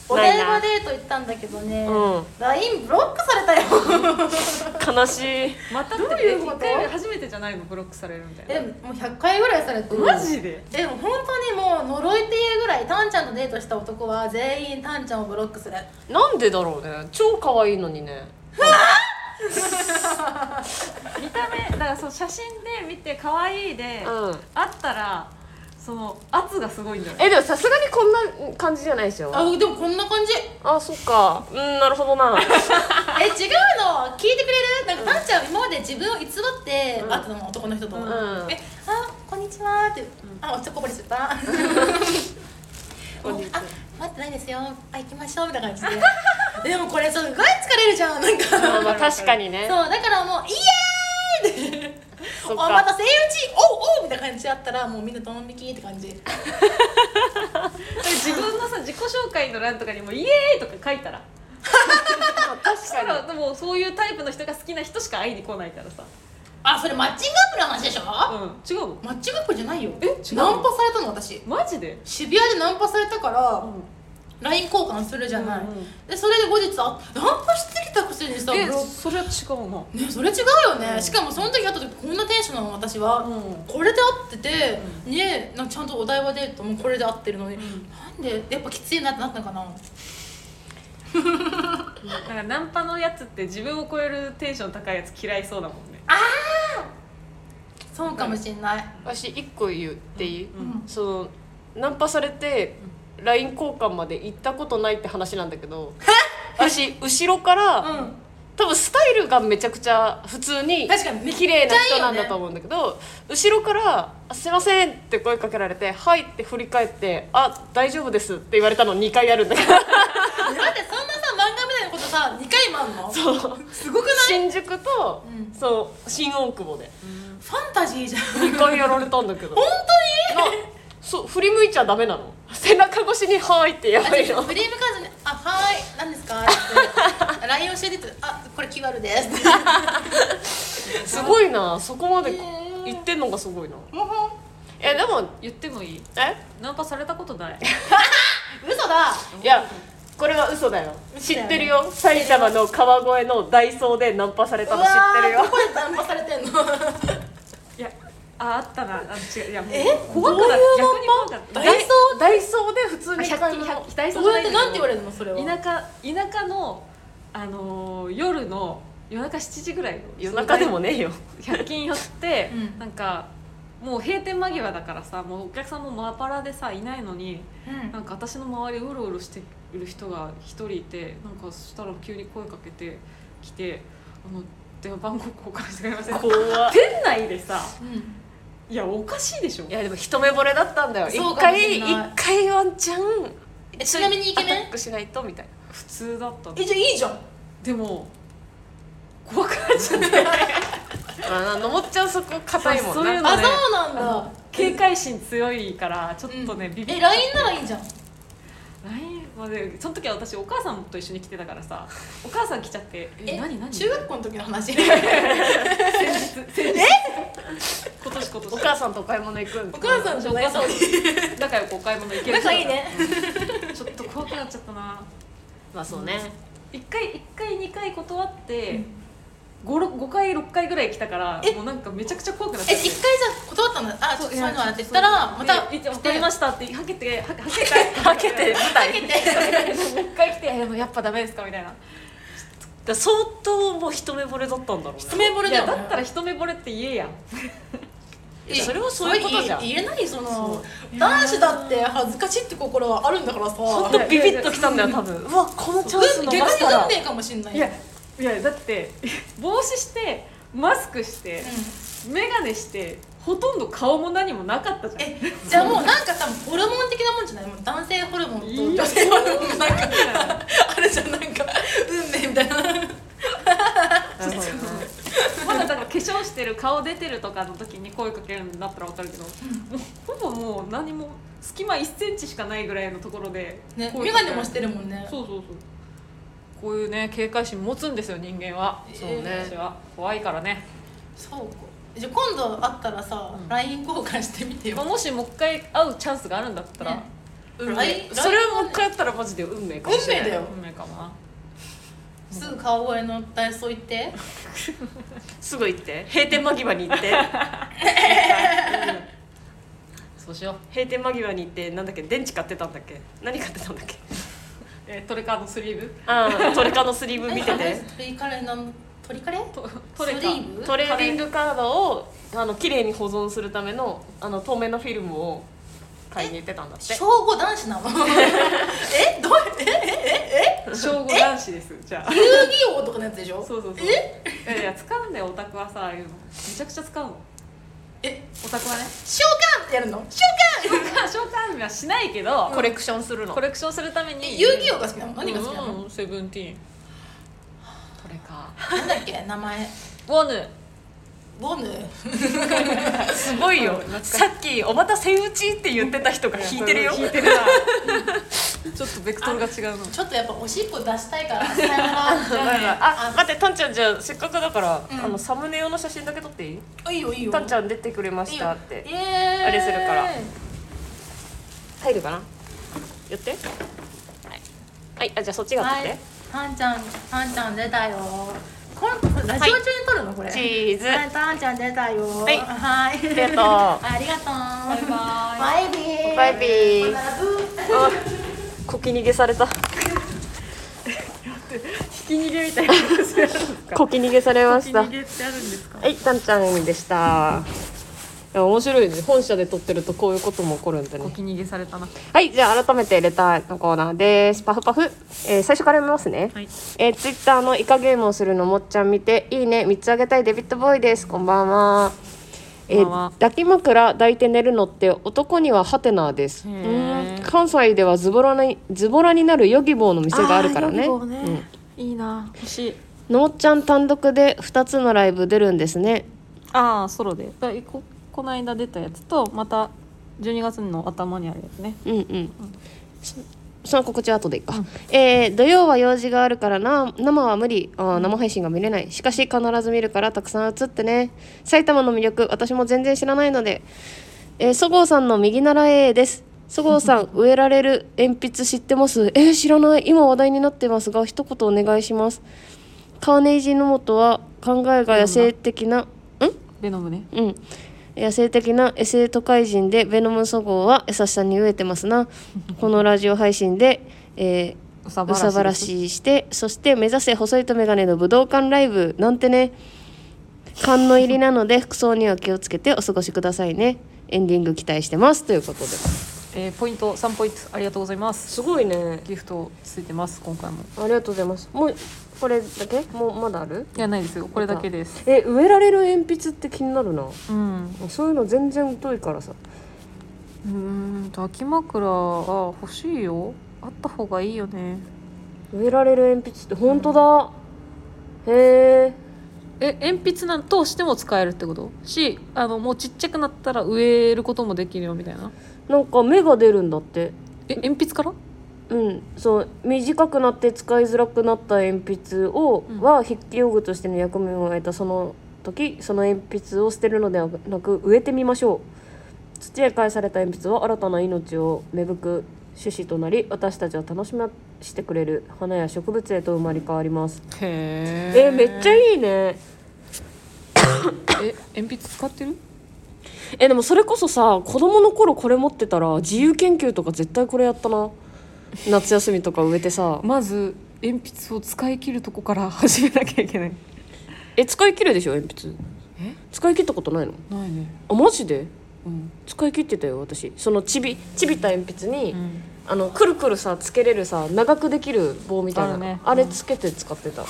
Speaker 4: お
Speaker 2: ない
Speaker 4: 台
Speaker 2: な
Speaker 4: 場デート行ったんだけどね、
Speaker 2: うん
Speaker 4: LINE ブロックされたよ
Speaker 2: 悲しい。
Speaker 1: またって
Speaker 4: どういうこと
Speaker 1: 一回目初めてじゃないのブロックされるみたいな
Speaker 4: えもう100回ぐらいされて
Speaker 1: マジで
Speaker 4: でも本当にもう呪いっていうぐらいタンちゃんとデートした男は全員タンちゃんをブロックする
Speaker 2: なんでだろうね。超可愛いのにね。
Speaker 1: 見た目だからそう写真で見て可愛いで、
Speaker 2: うん。
Speaker 1: あったらその圧がすごいんだよね
Speaker 2: えでもさすがにこんな感じじゃないでしょ
Speaker 4: あでもこんな感じ
Speaker 2: あそっかうんなるほどな
Speaker 4: え違うの聞いてくれるなんかタンちゃんは今まで自分を偽って、あとの男の人と、
Speaker 2: ん
Speaker 4: えあこんにちはって、あおちょこぼれち ゃったあ待ってないですよあ行きましょうみたいな感じででもこれすごい疲れるじゃんなんかそう
Speaker 2: まあまあ 確かにね
Speaker 4: だからもうイエ
Speaker 2: そ
Speaker 4: ーイ
Speaker 2: っ
Speaker 4: おま
Speaker 2: か
Speaker 4: たセイウチおうおうみたいな感じだったらもうみんなドン引きって感じ
Speaker 1: 自分のさ自己紹介の欄とかにも「イエーイ!」とか書いたら
Speaker 2: 確
Speaker 1: そした
Speaker 2: からに
Speaker 1: でもそういうタイプの人が好きな人しか会いに来ないからさ
Speaker 4: あそれマッチングアプリの話でしょ、
Speaker 1: うん違うの
Speaker 4: マッチングアプリじゃないよ
Speaker 1: え違う
Speaker 4: ナンパされたの私
Speaker 1: マジで
Speaker 4: 渋谷でナンパされたから、
Speaker 1: ん
Speaker 4: LINE 交換するじゃない、
Speaker 1: うんうん
Speaker 4: でそれで後日あナンパしてきたくせにさブロ
Speaker 1: それは違うな
Speaker 4: ねそれ違うよね、しかもその時会った時こんなテンションなの私は、
Speaker 1: うん
Speaker 4: これで会ってて、ねなんかちゃんとお台場デートもこれで会ってるのに、なんでやっぱきついなってなったのかな
Speaker 1: なんかナンパのやつって自分を超えるテンション高いやつ嫌いそうだもんね
Speaker 4: そうかもしんない、
Speaker 2: 私一個言っていい、
Speaker 1: ん
Speaker 2: そのナンパされて LINE 交換まで行ったことないって話なんだけど私後ろから、
Speaker 4: ん
Speaker 2: 多分スタイルがめちゃくちゃ普通に
Speaker 4: 確かにめっちゃいい
Speaker 2: 綺麗
Speaker 4: よね
Speaker 2: な人なんだと思うんだけど、後ろからあ「すいません」って声かけられて「はい」って振り返って「あ大丈夫です」って言われたの2回やるんだけど
Speaker 4: だってそんなさ漫画みたいなことさ2回もあんのそうすごくない
Speaker 2: 新宿と、
Speaker 4: うん
Speaker 2: そう新大久保で
Speaker 4: ファンタジーじゃん
Speaker 2: 2回やられたんだ けど
Speaker 4: 本
Speaker 2: なそう振り向いちゃダメなの背中越しに「はい」ってや
Speaker 4: 当
Speaker 2: ば
Speaker 4: に
Speaker 2: い
Speaker 4: あ
Speaker 2: の
Speaker 4: フレームカードに「あはーい何ですか?」って LINE 教えてって「あこれ QR です」って
Speaker 2: すごいなそこまで
Speaker 4: へー
Speaker 2: 言ってんのがすごいな
Speaker 4: もうほん
Speaker 2: えでも
Speaker 1: 言ってもいい
Speaker 2: え
Speaker 1: ナンパされたことない
Speaker 4: 嘘だ
Speaker 2: いやこれは嘘だよ
Speaker 4: 嘘
Speaker 2: 知
Speaker 4: だよ
Speaker 2: ってるよ埼玉の川越のダイソーでナンパされたの知ってる
Speaker 4: うわ
Speaker 2: よ
Speaker 4: ーどこでナンパされてんの
Speaker 1: いやああったなあ違ういやもう
Speaker 4: え
Speaker 1: 怖くなっ
Speaker 4: どういう
Speaker 1: 逆に怖かった
Speaker 4: ダイソー
Speaker 2: ダイソーで普通に
Speaker 1: あ
Speaker 2: 買
Speaker 1: 100
Speaker 2: い物
Speaker 1: 均ダイソー
Speaker 4: ど
Speaker 1: じゃな
Speaker 4: うやっ
Speaker 1: い
Speaker 4: て
Speaker 1: んだ
Speaker 4: なんて言われるのそれは
Speaker 1: 田舎田舎のあのー夜の夜中7時ぐらいの
Speaker 2: 夜中でもねえよ
Speaker 1: 100均寄って、
Speaker 4: うん
Speaker 1: なんかもう閉店間際だからさもうお客さんもまばらでさいないのに
Speaker 4: うん
Speaker 1: なんか私の周りうろうろしてる人が一人いてなんかそしたら急に声かけてきて「あの電話番号交換してくれませんか
Speaker 2: 怖っ
Speaker 1: 店内でさ
Speaker 4: うん
Speaker 1: いやおかしいでしょ
Speaker 2: いやでも一目惚れだったんだよ
Speaker 4: そう
Speaker 2: 一
Speaker 4: かも
Speaker 2: 回
Speaker 4: しれない
Speaker 2: 一回ワンチャン
Speaker 4: えちなみにイケメン
Speaker 2: アタックしないとみたいな
Speaker 1: 普通だったの
Speaker 4: えじゃあいいじゃん
Speaker 1: でも怖くなっちゃって
Speaker 2: あのもっちゃんそこ硬いもん
Speaker 1: そうい
Speaker 2: な
Speaker 1: うの
Speaker 4: あ
Speaker 1: ね
Speaker 4: そうなんだ
Speaker 1: 警戒心強いからちょっとね、ビビっ
Speaker 4: え
Speaker 1: た
Speaker 4: LINE ならいいじゃん
Speaker 1: LINE までその時は私お母さんと一緒に来てたからさお母さん来ちゃって「え
Speaker 4: え
Speaker 1: 何何
Speaker 4: 中学校の時の話
Speaker 1: 今年今
Speaker 2: お
Speaker 1: 年
Speaker 2: 母さんとお買い物行くん
Speaker 4: お母さんじゃないそう
Speaker 1: 仲良くお買い物行ける
Speaker 4: 仲いいね
Speaker 1: ちょっと怖くなっちゃったな
Speaker 2: まあそうね
Speaker 1: 1回1回2回断って、五六 5, 回6回ぐらい来たから
Speaker 4: え
Speaker 1: もうなんかめちゃくちゃ怖くなっち
Speaker 4: え
Speaker 1: ゃっ
Speaker 4: 一
Speaker 1: て
Speaker 4: 回じゃあ断ったのあちょっとそういうのはって言ったらまた
Speaker 1: えいつ
Speaker 4: 来
Speaker 1: わかり
Speaker 4: て
Speaker 1: ましたってはけてははけてはけて
Speaker 2: 舞台だか
Speaker 1: もう一回来てえもうやっぱダメですかみたいな
Speaker 2: ら相当もう一目惚れだったんだろう
Speaker 4: 一目惚れ
Speaker 1: い
Speaker 4: だ
Speaker 1: や
Speaker 4: よね
Speaker 1: だったら一目惚れって言えや
Speaker 2: ねそれはそういうことじゃん
Speaker 4: 言えないその男子だって恥ずかしいって心はあるんだからさ
Speaker 2: ほんとビビッときたんだよ多分うわこのチャンス
Speaker 4: 運逆に
Speaker 2: 逃したら
Speaker 4: 運命かもしんない
Speaker 1: いやいやだって帽子してマスクして
Speaker 4: うん
Speaker 1: 眼鏡してほとんど顔も何もなかったじゃん
Speaker 4: えじゃあもうなんか多分ホルモン的なもんじゃないもう男性ホルモンと
Speaker 1: いい
Speaker 4: 女性ホルモンがなんかあるじゃんなんか運命 みたいな
Speaker 2: なるほどね
Speaker 1: まだだから化粧してる顔出てるとかの時に声かけるんだったらわかるけど、もうほぼもう何も隙間1センチしかないぐらいのところで、
Speaker 4: ね
Speaker 1: 声
Speaker 4: 眼
Speaker 1: かけ
Speaker 4: 鏡もしてるもんね
Speaker 1: そうそうそうこういうね警戒心持つんですよ人間は
Speaker 4: えー
Speaker 2: そうね
Speaker 1: 私は怖いからね
Speaker 4: そうかじゃあ今度会ったらさ
Speaker 1: うん
Speaker 4: LINE 交換してみて
Speaker 1: まあ
Speaker 4: よ
Speaker 1: もしもう一回会うチャンスがあるんだったら、
Speaker 4: ねうん LINE
Speaker 2: それはもう一回やったらマジで運命かもしれない
Speaker 4: 運命だよ
Speaker 1: 運命かもな
Speaker 4: すぐ顔声の体操行って
Speaker 2: すぐ行って閉店間際に行って
Speaker 1: そうしよう、
Speaker 2: 閉店間際に行ってなんだっけ電池買ってたんだっけ何買ってたんだっけ
Speaker 1: えートレカのスリーブ
Speaker 2: ああトレカのスリーブ見てて
Speaker 4: 鳥カレーなん鳥カレー
Speaker 1: トトレカ
Speaker 4: スリーブ
Speaker 2: トレーディングカードをあの綺麗に保存するためのあの透明のフィルムを買いに行ってたんだって
Speaker 4: 小五男子な のえどうえ
Speaker 1: 小5男子ですじゃあ
Speaker 4: 遊戯王とかのやつでしょ
Speaker 1: そうそうそういやいや使うんだよオタクはさああいうのめちゃくちゃ使うの
Speaker 4: え
Speaker 1: オタクはね
Speaker 4: 召喚ってやるの召
Speaker 1: 召喚召喚はしないけど、
Speaker 2: コレクションするの
Speaker 1: コレクションするため
Speaker 4: 喚え
Speaker 1: に
Speaker 4: 遊戯王が好きなの何が好きなの、
Speaker 1: うんセブンティーントレカ
Speaker 4: なんだっけ名前
Speaker 1: ボヌ
Speaker 4: ボヌ
Speaker 2: すごい
Speaker 1: うん
Speaker 2: よ
Speaker 1: 懐かしい
Speaker 2: さっき「おまたセ打ち」って言ってた人が引いてるよ
Speaker 1: 引いてるなちょっとベクトルが違うの
Speaker 4: ちょっとやっぱおしっこ出したいからさよ ならじゃあね
Speaker 2: あ待ってタンちゃんじゃあせっかくだから、
Speaker 4: うん
Speaker 2: あのサムネ用の写真だけ撮っていい
Speaker 4: あいいよいいよ
Speaker 2: タンちゃん出てくれましたって
Speaker 4: イエーイ
Speaker 2: あれするから入るかな寄ってはい、はい、あじゃあそっちが撮っ
Speaker 4: は
Speaker 2: て、
Speaker 4: いタンちゃんタンちゃん出たよこれこれラジオ中に撮るのこれ
Speaker 2: チーズ
Speaker 4: はいタンちゃん出たよはいはいあ
Speaker 2: ありがと
Speaker 4: ありがとう
Speaker 1: バイバイ
Speaker 4: バイビー
Speaker 2: うバイビー
Speaker 4: ラブ
Speaker 2: あ小気逃げされた
Speaker 1: ひき逃げみたいなことやるんですか
Speaker 2: 小気逃げされま
Speaker 1: ひ
Speaker 2: し
Speaker 1: き
Speaker 2: た
Speaker 1: 逃げってあるんですか
Speaker 2: はい、たんちゃんでした。いや面白いね。本社で撮ってるとこういうことも起こるんだね。
Speaker 1: き逃げされたな
Speaker 2: はい、じゃあ改めてレターのコーナーです。パフパフ。えー最初から読みますね。
Speaker 1: はい
Speaker 2: えー、ツイッターのイカゲームをするのもっちゃん見て、いいね、3つあげたいデビッドボーイです。こんばんは。え
Speaker 1: こん
Speaker 2: ー
Speaker 1: ばんは
Speaker 2: 抱き枕抱いて寝るのって男にはハテナです。う
Speaker 1: へー
Speaker 2: ん関西ではズボラにズボラになるヨギボーの店があるからね。うん
Speaker 1: いいな欲しい
Speaker 2: のもっちゃん単独で2つのライブ出るんですね。
Speaker 1: ああソロでだここの間出たやつとまた12月の頭にあるやつね
Speaker 2: うんうん、そその告知は後でいいか、えー土曜は用事があるからな生は無理あー生配信が見れないしかし必ず見るからたくさん映ってね埼玉の魅力私も全然知らないので、えー、そごうさんの右ならええですそごうさん 植えられる鉛筆知ってますえー、知らない今話題になってますが一言お願いしますカーネイジーの元は考えが野生的な
Speaker 1: ベノムね
Speaker 2: うん、野生的な SA 都会人でベノムそごうは優しさに飢えてます なこのラジオ配信で、え
Speaker 1: う
Speaker 2: ー、うさばらしいしてそして目指せ細いとメガネの武道館ライブなんてね勘の入りなので服装には気をつけてお過ごしくださいねエンディング期待してますということで
Speaker 1: えーポイント3ポイントありがとうございます
Speaker 3: すごいね
Speaker 1: ギフトついてます今回も
Speaker 3: ありがとうございますもうこれだけもうまだある
Speaker 1: いやないですよこれだけです
Speaker 3: え植えられる鉛筆って気になるな
Speaker 1: うん
Speaker 3: そういうの全然疎いからさ
Speaker 1: うーん抱き枕は欲しいよあった方がいいよね
Speaker 3: 植えられる鉛筆って本当だ、へえ
Speaker 1: え鉛筆なんとしても使えるってことしあのもうちっちゃくなったら植えることもできるよみたいな
Speaker 3: なんか芽が出るんだって
Speaker 1: え鉛筆から
Speaker 3: うんそう短くなって使いづらくなった鉛筆を、
Speaker 1: うん
Speaker 3: は筆記用具としての役目を得たその時その鉛筆を捨てるのではなく植えてみましょう土へ返された鉛筆は新たな命を芽吹く種子となり私たちを楽しましてくれる花や植物へと生まれ変わります
Speaker 1: へ
Speaker 3: えーめっちゃ
Speaker 1: い
Speaker 3: いいね
Speaker 1: え鉛筆使ってる
Speaker 3: えでもそれこそさ子供の頃これ持ってたら自由研究とか絶対これやったな夏休みとか植えてさ
Speaker 1: まず鉛筆を使い切るとこから始めなきゃいけない
Speaker 3: え使い切るでしょ鉛筆
Speaker 1: え
Speaker 3: 使い切ったことないの
Speaker 1: ないね
Speaker 3: あマジで
Speaker 1: うん、
Speaker 3: 使い切ってたよ私そのちびちびた鉛筆に、
Speaker 1: うん、
Speaker 3: あのくるくるさつけれるさ長くできる棒みたいな
Speaker 1: あるね
Speaker 3: あれつけて使ってた、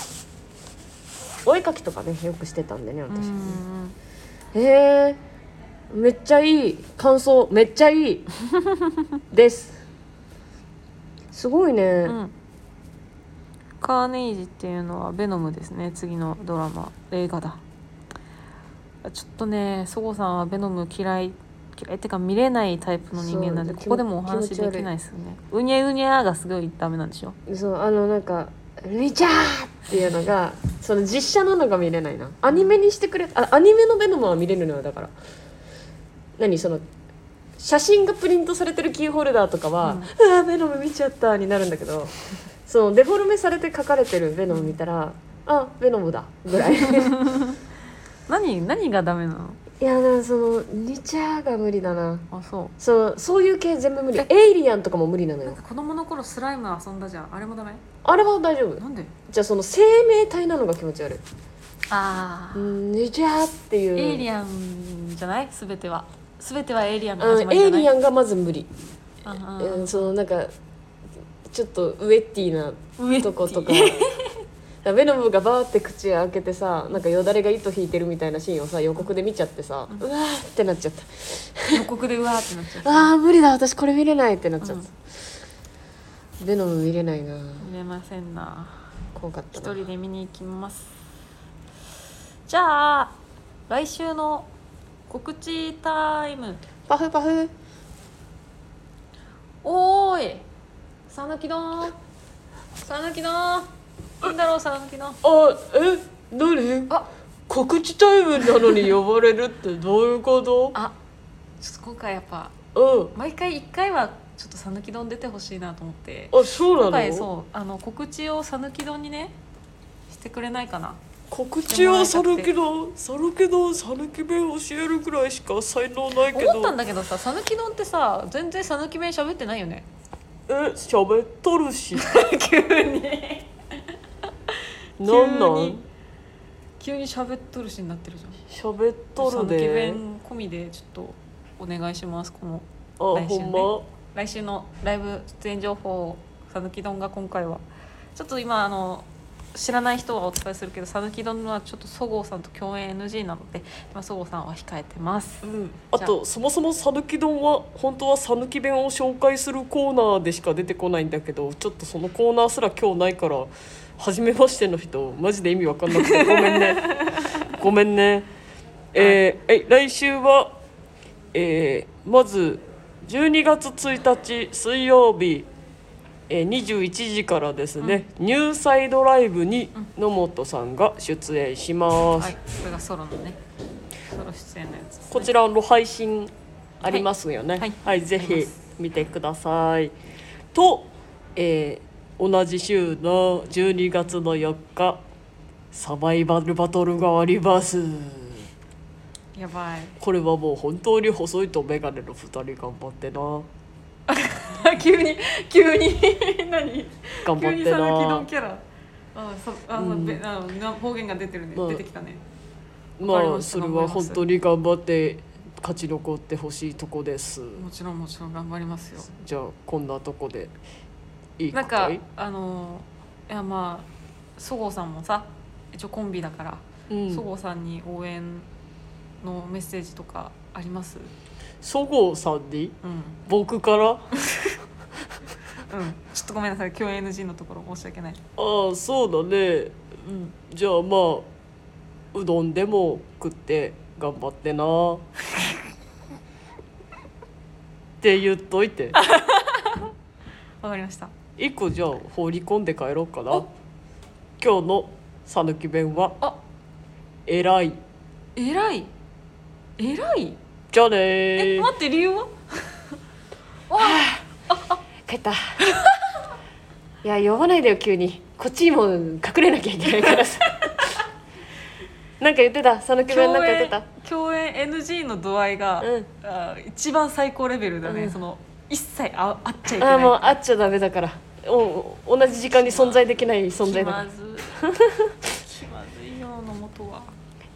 Speaker 3: お絵かきとかねよくしてたんでね私、へえめっちゃいい感想めっちゃい いですすごいね、
Speaker 1: うん、カーネイジっていうのはベノムですね次のドラマ映画だちょっとねそごさんはベノム嫌い嫌いってか見れないタイプの人間なんで
Speaker 3: そう
Speaker 1: ここでもお話
Speaker 3: 気
Speaker 1: で
Speaker 3: 持ち悪い
Speaker 1: きないですよねうにゃうにゃがすごいダメなんでしょ
Speaker 3: そうあのなんか「リチャー!」っていうのがその実写なのが見れないなアニメにしてくれあアニメのベノムは見れるのよだから何その写真がプリントされてるキーホルダーとかは「うわーベノム見ちゃった」になるんだけどそのデフォルメされて書かれてるベノム見たら「あベノムだ」ぐらいい
Speaker 1: 何何がダメなの
Speaker 3: やだからその「リチャー!」が無理だな
Speaker 1: あそ
Speaker 3: そうそういう系全部無理エイリアンとかも無理なの
Speaker 1: うなん
Speaker 3: よ
Speaker 1: か子供の頃スライム遊んだじゃんあれもダメ
Speaker 3: あれは大丈夫
Speaker 1: なんで
Speaker 3: じゃあその生命体なのが気持ち悪い
Speaker 1: ああ、
Speaker 3: うんリチャーっていう
Speaker 1: エイリアンじゃない全ては全てはエイリアンの
Speaker 3: う
Speaker 1: 始
Speaker 3: ん、
Speaker 1: まりじ
Speaker 3: エ
Speaker 1: ゃ
Speaker 3: イ
Speaker 1: ない
Speaker 3: リアンがまず無理、
Speaker 1: ああ
Speaker 3: うん、そのなんかちょっとウエッティな
Speaker 1: ウエッティ
Speaker 3: とことかだ からベノムがバーって口開けてさなんかよだれが糸引いてるみたいなシーンをさ予告で見ちゃってさ、うわーってなっちゃった
Speaker 1: 予告でうわーってなっ ちゃう
Speaker 3: あー無理だ私これ見れないってなっちゃった、ベノム見れないな
Speaker 1: 見れませんな
Speaker 3: 怖かった
Speaker 1: 一
Speaker 3: な
Speaker 1: 人で見に行きますじゃあ来週の告知タイム
Speaker 3: パフパフ
Speaker 1: おーいさぬきどんさぬきどんいいんだろうさぬきどん
Speaker 2: あえ何
Speaker 1: あ
Speaker 2: 告知タイムなのに呼ばれるってどういうこと
Speaker 1: あちょっと今回やっぱ
Speaker 2: う
Speaker 1: 毎回一回はちょっとさぬきどん出てほしいなと思って
Speaker 2: んあそう
Speaker 1: 今
Speaker 2: な
Speaker 1: 回
Speaker 2: の
Speaker 1: そうあの告知をさぬきどんにねしてくれないかな
Speaker 2: 告知はさるけどさるけどさぬき弁教えるくらいしか才能ないけど
Speaker 1: 思ったんだけどささぬきどんってさ全然さぬき弁喋ってないよ ね
Speaker 2: え喋っと るし急になんなん
Speaker 1: 急に喋っとるしになってるじゃん
Speaker 2: 喋っとる
Speaker 1: 讃岐
Speaker 2: で
Speaker 1: 弁込みでちょっとお願いしますこの
Speaker 2: あ
Speaker 1: 来週
Speaker 2: ほ
Speaker 1: ね
Speaker 2: んま
Speaker 1: 来週のライブ出演情報をさぬき丼が今回はちょっと今あの知らない人はお伝えするけどさぬき丼はちょっとそごうさんと共演 NG なので今そごうさんは控えてます
Speaker 2: うん、あとそもそも讃岐丼は本当は讃岐弁を紹介するコーナーでしか出てこないんだけどちょっとそのコーナーすら今日ないから初めましての人マジで意味わかんなくてごめん ねごめんねえーえ来週は、えーまず12月1日水曜日、えー21時からですね、ニューサイドライブに野本さんが出演します。
Speaker 1: はいこれがソロのねソロ出演のやつですね、
Speaker 2: こちらの配信ありますよね。は、
Speaker 1: はいい
Speaker 2: は
Speaker 1: はいい
Speaker 2: ぜ
Speaker 1: あり
Speaker 2: ひ
Speaker 1: ます
Speaker 2: 見てください。と、えー同じ週の12月の4日、サバイバルバトルがあります。
Speaker 1: やば い
Speaker 2: これはもう本当に細いとメガネの2人頑張ってな。
Speaker 1: 急に急 に何
Speaker 2: 頑
Speaker 1: 急
Speaker 2: 張っ
Speaker 1: に
Speaker 2: て
Speaker 1: さぬき丼
Speaker 2: な。
Speaker 1: キャラあそあの、べあのな方言が出てるね、
Speaker 2: まあ
Speaker 1: 出てきたねわかり
Speaker 2: まあ
Speaker 1: ました
Speaker 2: それは本当に頑張って勝ち残ってほしいとこです
Speaker 1: もちろんもちろん頑張りますよ
Speaker 2: じゃあこんなとこでいい
Speaker 1: なん
Speaker 2: か
Speaker 1: か
Speaker 2: い
Speaker 1: あのいやまあそごうさんもさ一応コンビだから
Speaker 2: うん
Speaker 1: そごうさんに応援のメッセージとかあります
Speaker 2: そごうさんに
Speaker 1: うん、うん、
Speaker 2: 僕から
Speaker 1: ちょっとごめんなさい共演 NG のところ申し訳ない
Speaker 2: ああそうだね、うん、じゃあまあうどんでも食って頑張ってなって言っといて
Speaker 1: わかりました
Speaker 2: 一個じゃあ放り込んで帰ろうかな
Speaker 1: お
Speaker 2: 今日の讃岐弁は
Speaker 1: あ
Speaker 2: 偉い
Speaker 1: えらいえらい
Speaker 2: じゃあね
Speaker 1: え
Speaker 2: ー
Speaker 1: 待って理由は
Speaker 3: 帰った いや呼ばないでよ急にこっちにも隠れなきゃいけな いからさなんか言ってた讃岐弁なんか言ってた
Speaker 1: 共演 NG の度合いが、
Speaker 3: うん
Speaker 1: あー一番最高レベルだね、
Speaker 3: うん
Speaker 1: その一切ああっちゃいけ
Speaker 3: あ
Speaker 1: な
Speaker 3: あ
Speaker 1: い
Speaker 3: もう会っちゃダメだからお同じ時間に存在できない存在
Speaker 1: 気
Speaker 3: だか
Speaker 1: ま
Speaker 3: ら
Speaker 1: ずい気まずいよのもとは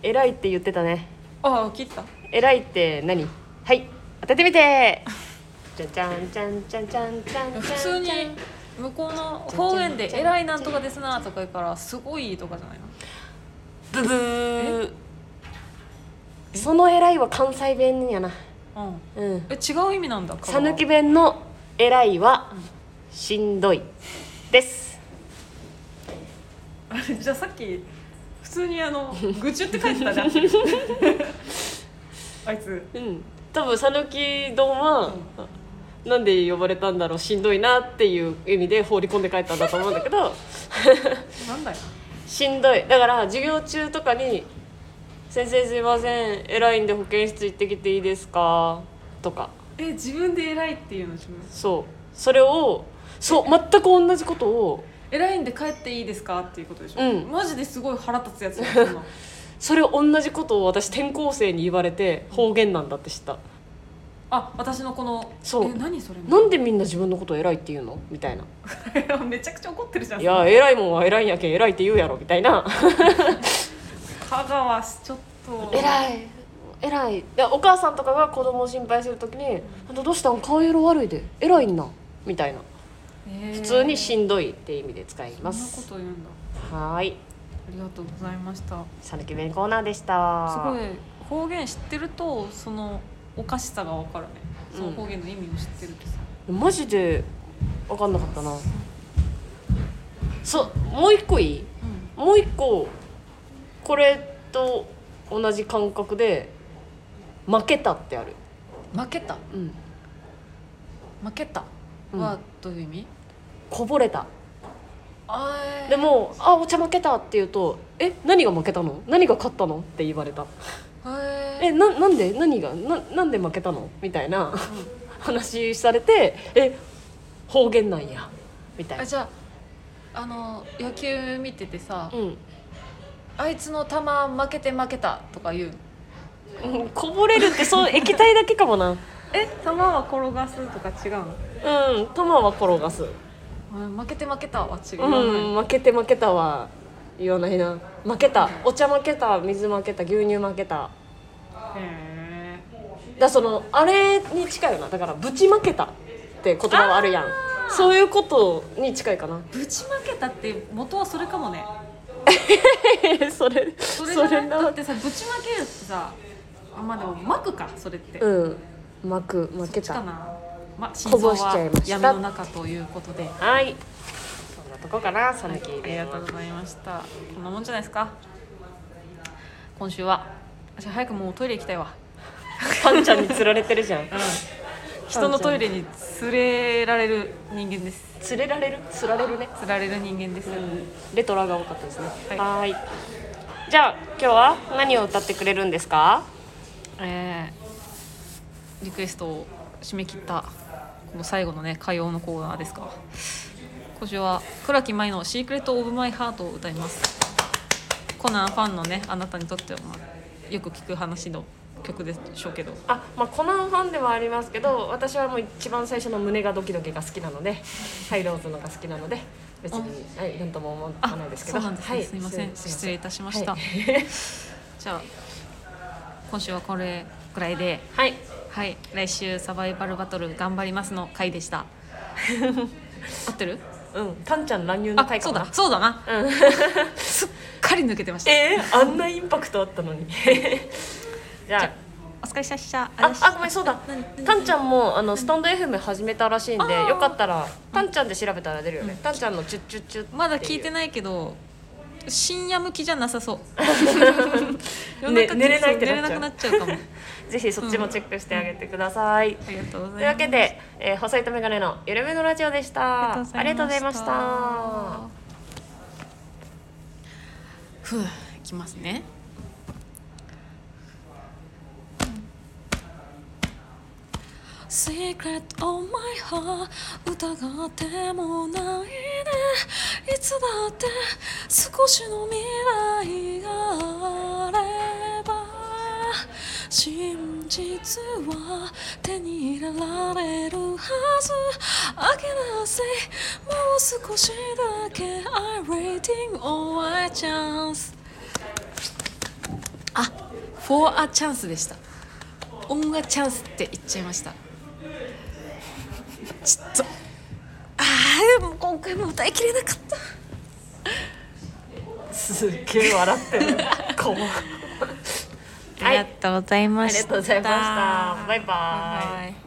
Speaker 3: 偉いって言ってたね
Speaker 1: ああ切った
Speaker 3: 偉いって何はい当ててみてじゃじゃんじゃんじゃんじゃんじゃんじゃん
Speaker 1: 普通に向こうの方言で「偉いなんとかですな」とか言うから「すごい」とかじゃないの
Speaker 2: ブブー
Speaker 3: その偉いは関西弁やな
Speaker 1: うん
Speaker 3: うん
Speaker 1: え違う意味なんだ
Speaker 3: 讃岐
Speaker 1: き
Speaker 3: 弁の偉いはしんどいです
Speaker 1: じゃあさっき普通にあの「愚痴」って書いてたじ ゃんあいつ
Speaker 3: うん
Speaker 2: 多分讃岐丼は、なんで呼ばれたんだろうしんどいなっていう意味で放り込んで帰ったんだと思うんだけど
Speaker 1: なんだよ
Speaker 2: しんどいだから授業中とかに「先生すいません偉いんで保健室行ってきていいですか?」とか
Speaker 1: え自分で偉いっていうの自分
Speaker 2: そうそれをそう全く同じことを
Speaker 1: 偉いんで帰っていいですかっていうことでしょ、
Speaker 2: うん
Speaker 1: マジですごい腹立つやつだよそん な
Speaker 2: それを同じことを私転校生に言われて方言なんだって知った
Speaker 1: あ私のこの
Speaker 2: そう
Speaker 1: え何それ
Speaker 2: なんでみんな自分のこと偉いって言うのみたいな「
Speaker 1: めちゃくちゃ怒ってるじゃん
Speaker 2: いや偉いもんは偉いんやけん偉いって言うやろ」みたいな
Speaker 1: 香川ちょっと
Speaker 2: 偉い偉いでお母さんとかが子供を心配するときに「あんたどうしたん顔色悪いで偉いんな」みたいな
Speaker 1: 普
Speaker 2: 普通にしんどいって意味で使い
Speaker 1: そんな
Speaker 2: ま
Speaker 1: こ
Speaker 2: す
Speaker 1: と言うんだ
Speaker 2: はーい
Speaker 1: ありがとうございました
Speaker 2: さぬき弁コーナーでした
Speaker 1: すごい方言知ってるとそのおかしさが分かるね、
Speaker 2: うん
Speaker 1: その方言の意味を知ってるとさ
Speaker 2: マジで分かんなかったなそうもう一個いい
Speaker 1: うん
Speaker 2: もう一個これと同じ感覚で「負けた」ってある、
Speaker 1: 負けた
Speaker 2: うん、
Speaker 1: 負けた
Speaker 2: うん
Speaker 1: はどういう意味、
Speaker 2: こぼれた
Speaker 1: あー
Speaker 2: でも「あお茶負けた」って言うと「え何が負けたの何が勝ったの?」って言われた「
Speaker 1: え
Speaker 2: えななんで何がななんで負けたの?」みたいな話されて「え方言なんや」みたい
Speaker 1: あ
Speaker 2: な。
Speaker 1: じゃああの野球見ててさ、
Speaker 2: うん
Speaker 1: あいつの球負けて負けたとか言う
Speaker 2: うんこぼれるってそう液体だけかもなうん
Speaker 1: え球は転がすとか違う
Speaker 2: 玉は転がす
Speaker 1: の負けて負けたは違う、
Speaker 2: うん負けて負けたは言わないな負けたお茶負けた水負けた牛乳負けた
Speaker 1: へえ
Speaker 2: だそのあれに近いよなだからぶちまけたって言葉はあるやんそういう ことに近いかな
Speaker 1: ぶちまけたって元はそれかもね
Speaker 2: それ
Speaker 1: そ
Speaker 2: そ
Speaker 1: れ
Speaker 2: れ
Speaker 1: じゃないだ
Speaker 2: な
Speaker 1: ってさぶちまけるってさあまあでもまくかそれって、
Speaker 2: うん巻く
Speaker 1: そっ
Speaker 2: 負け
Speaker 1: ちか
Speaker 2: た
Speaker 1: なまあ心
Speaker 2: こ
Speaker 1: 臓
Speaker 2: ぼしちゃい
Speaker 1: は
Speaker 2: ました
Speaker 1: 闇の中ということで
Speaker 2: はいそんなとこかなさぬき
Speaker 1: ありがとうございましたこんなもんじゃないですか今週は私早くもうトイレ行きたいわ
Speaker 2: パンちゃんに釣られてるじゃん
Speaker 1: 人のトイレに連れられる人間です
Speaker 2: 釣れられる釣られるね
Speaker 1: 釣られる人間です、
Speaker 2: レトラが多かったですね
Speaker 1: はい
Speaker 2: はいじゃあ今日は何を歌ってくれるんですか
Speaker 1: えーリクエストを締め切ったこの最後のね歌謡のコーナーですか今週は倉木舞の「シークレット・オブ・マイ・ハート」を歌いますコナンファンのねあなたにとっては、まあ、よく聞く話の曲でしょうけど
Speaker 2: あ、まあ、コナンファンではありますけど私はもう一番最初の胸がドキドキが好きなの でハイローズのが好きなので別にはいなんとも思わないですけ
Speaker 1: そ
Speaker 2: ど
Speaker 1: うなんですね、
Speaker 2: はい
Speaker 1: すみません
Speaker 2: す
Speaker 1: 失礼いたしました、
Speaker 2: はい
Speaker 1: じゃあこ今週はこれくらいで
Speaker 5: はい
Speaker 1: はい来週サバイバルバトル頑張りますの回でした 合ってる
Speaker 3: うんタンちゃん乱入の
Speaker 1: あ
Speaker 3: 回
Speaker 1: そ
Speaker 3: か
Speaker 1: うだ
Speaker 3: な
Speaker 1: そうだな、すっかり抜けてました
Speaker 3: えー、あんなインパクトあったの にじゃあ
Speaker 1: お疲れ様でした
Speaker 3: ああごめんそうだ
Speaker 1: 何何
Speaker 3: タンちゃんもあのスタンド FM 始めたらしいんでよかったらタンちゃんで調べたら出るよね、タンちゃんのチュッチュッチュッ
Speaker 1: まだ聞いて
Speaker 3: な
Speaker 1: ないけど深夜向きじゃなさそう夜
Speaker 3: ね
Speaker 1: 中
Speaker 3: 寝れないって
Speaker 1: 寝
Speaker 3: な
Speaker 1: れ
Speaker 3: っ
Speaker 1: な
Speaker 3: ちゃう
Speaker 1: くなっちゃうかも
Speaker 3: いぜひそっちもチェックしてあげてください、
Speaker 1: ありがとうございます
Speaker 3: というわけで、えー、細いとメガネのゆるめのラジオでしたありがとうございました
Speaker 1: ふういきますね「Secret of my heart」疑ってもないねいつだって少しの未来があれば真実は手に入れられるはずあけなせもう少しだけ I'm waiting on a chance あ for a chance でした on a chance って言っちゃいましたちょっとあーでも今回も歌いきれなかった
Speaker 3: すっげえ笑ってるかわいい
Speaker 1: ありがとうございま
Speaker 3: ありがとうございましたバイバイ
Speaker 1: イ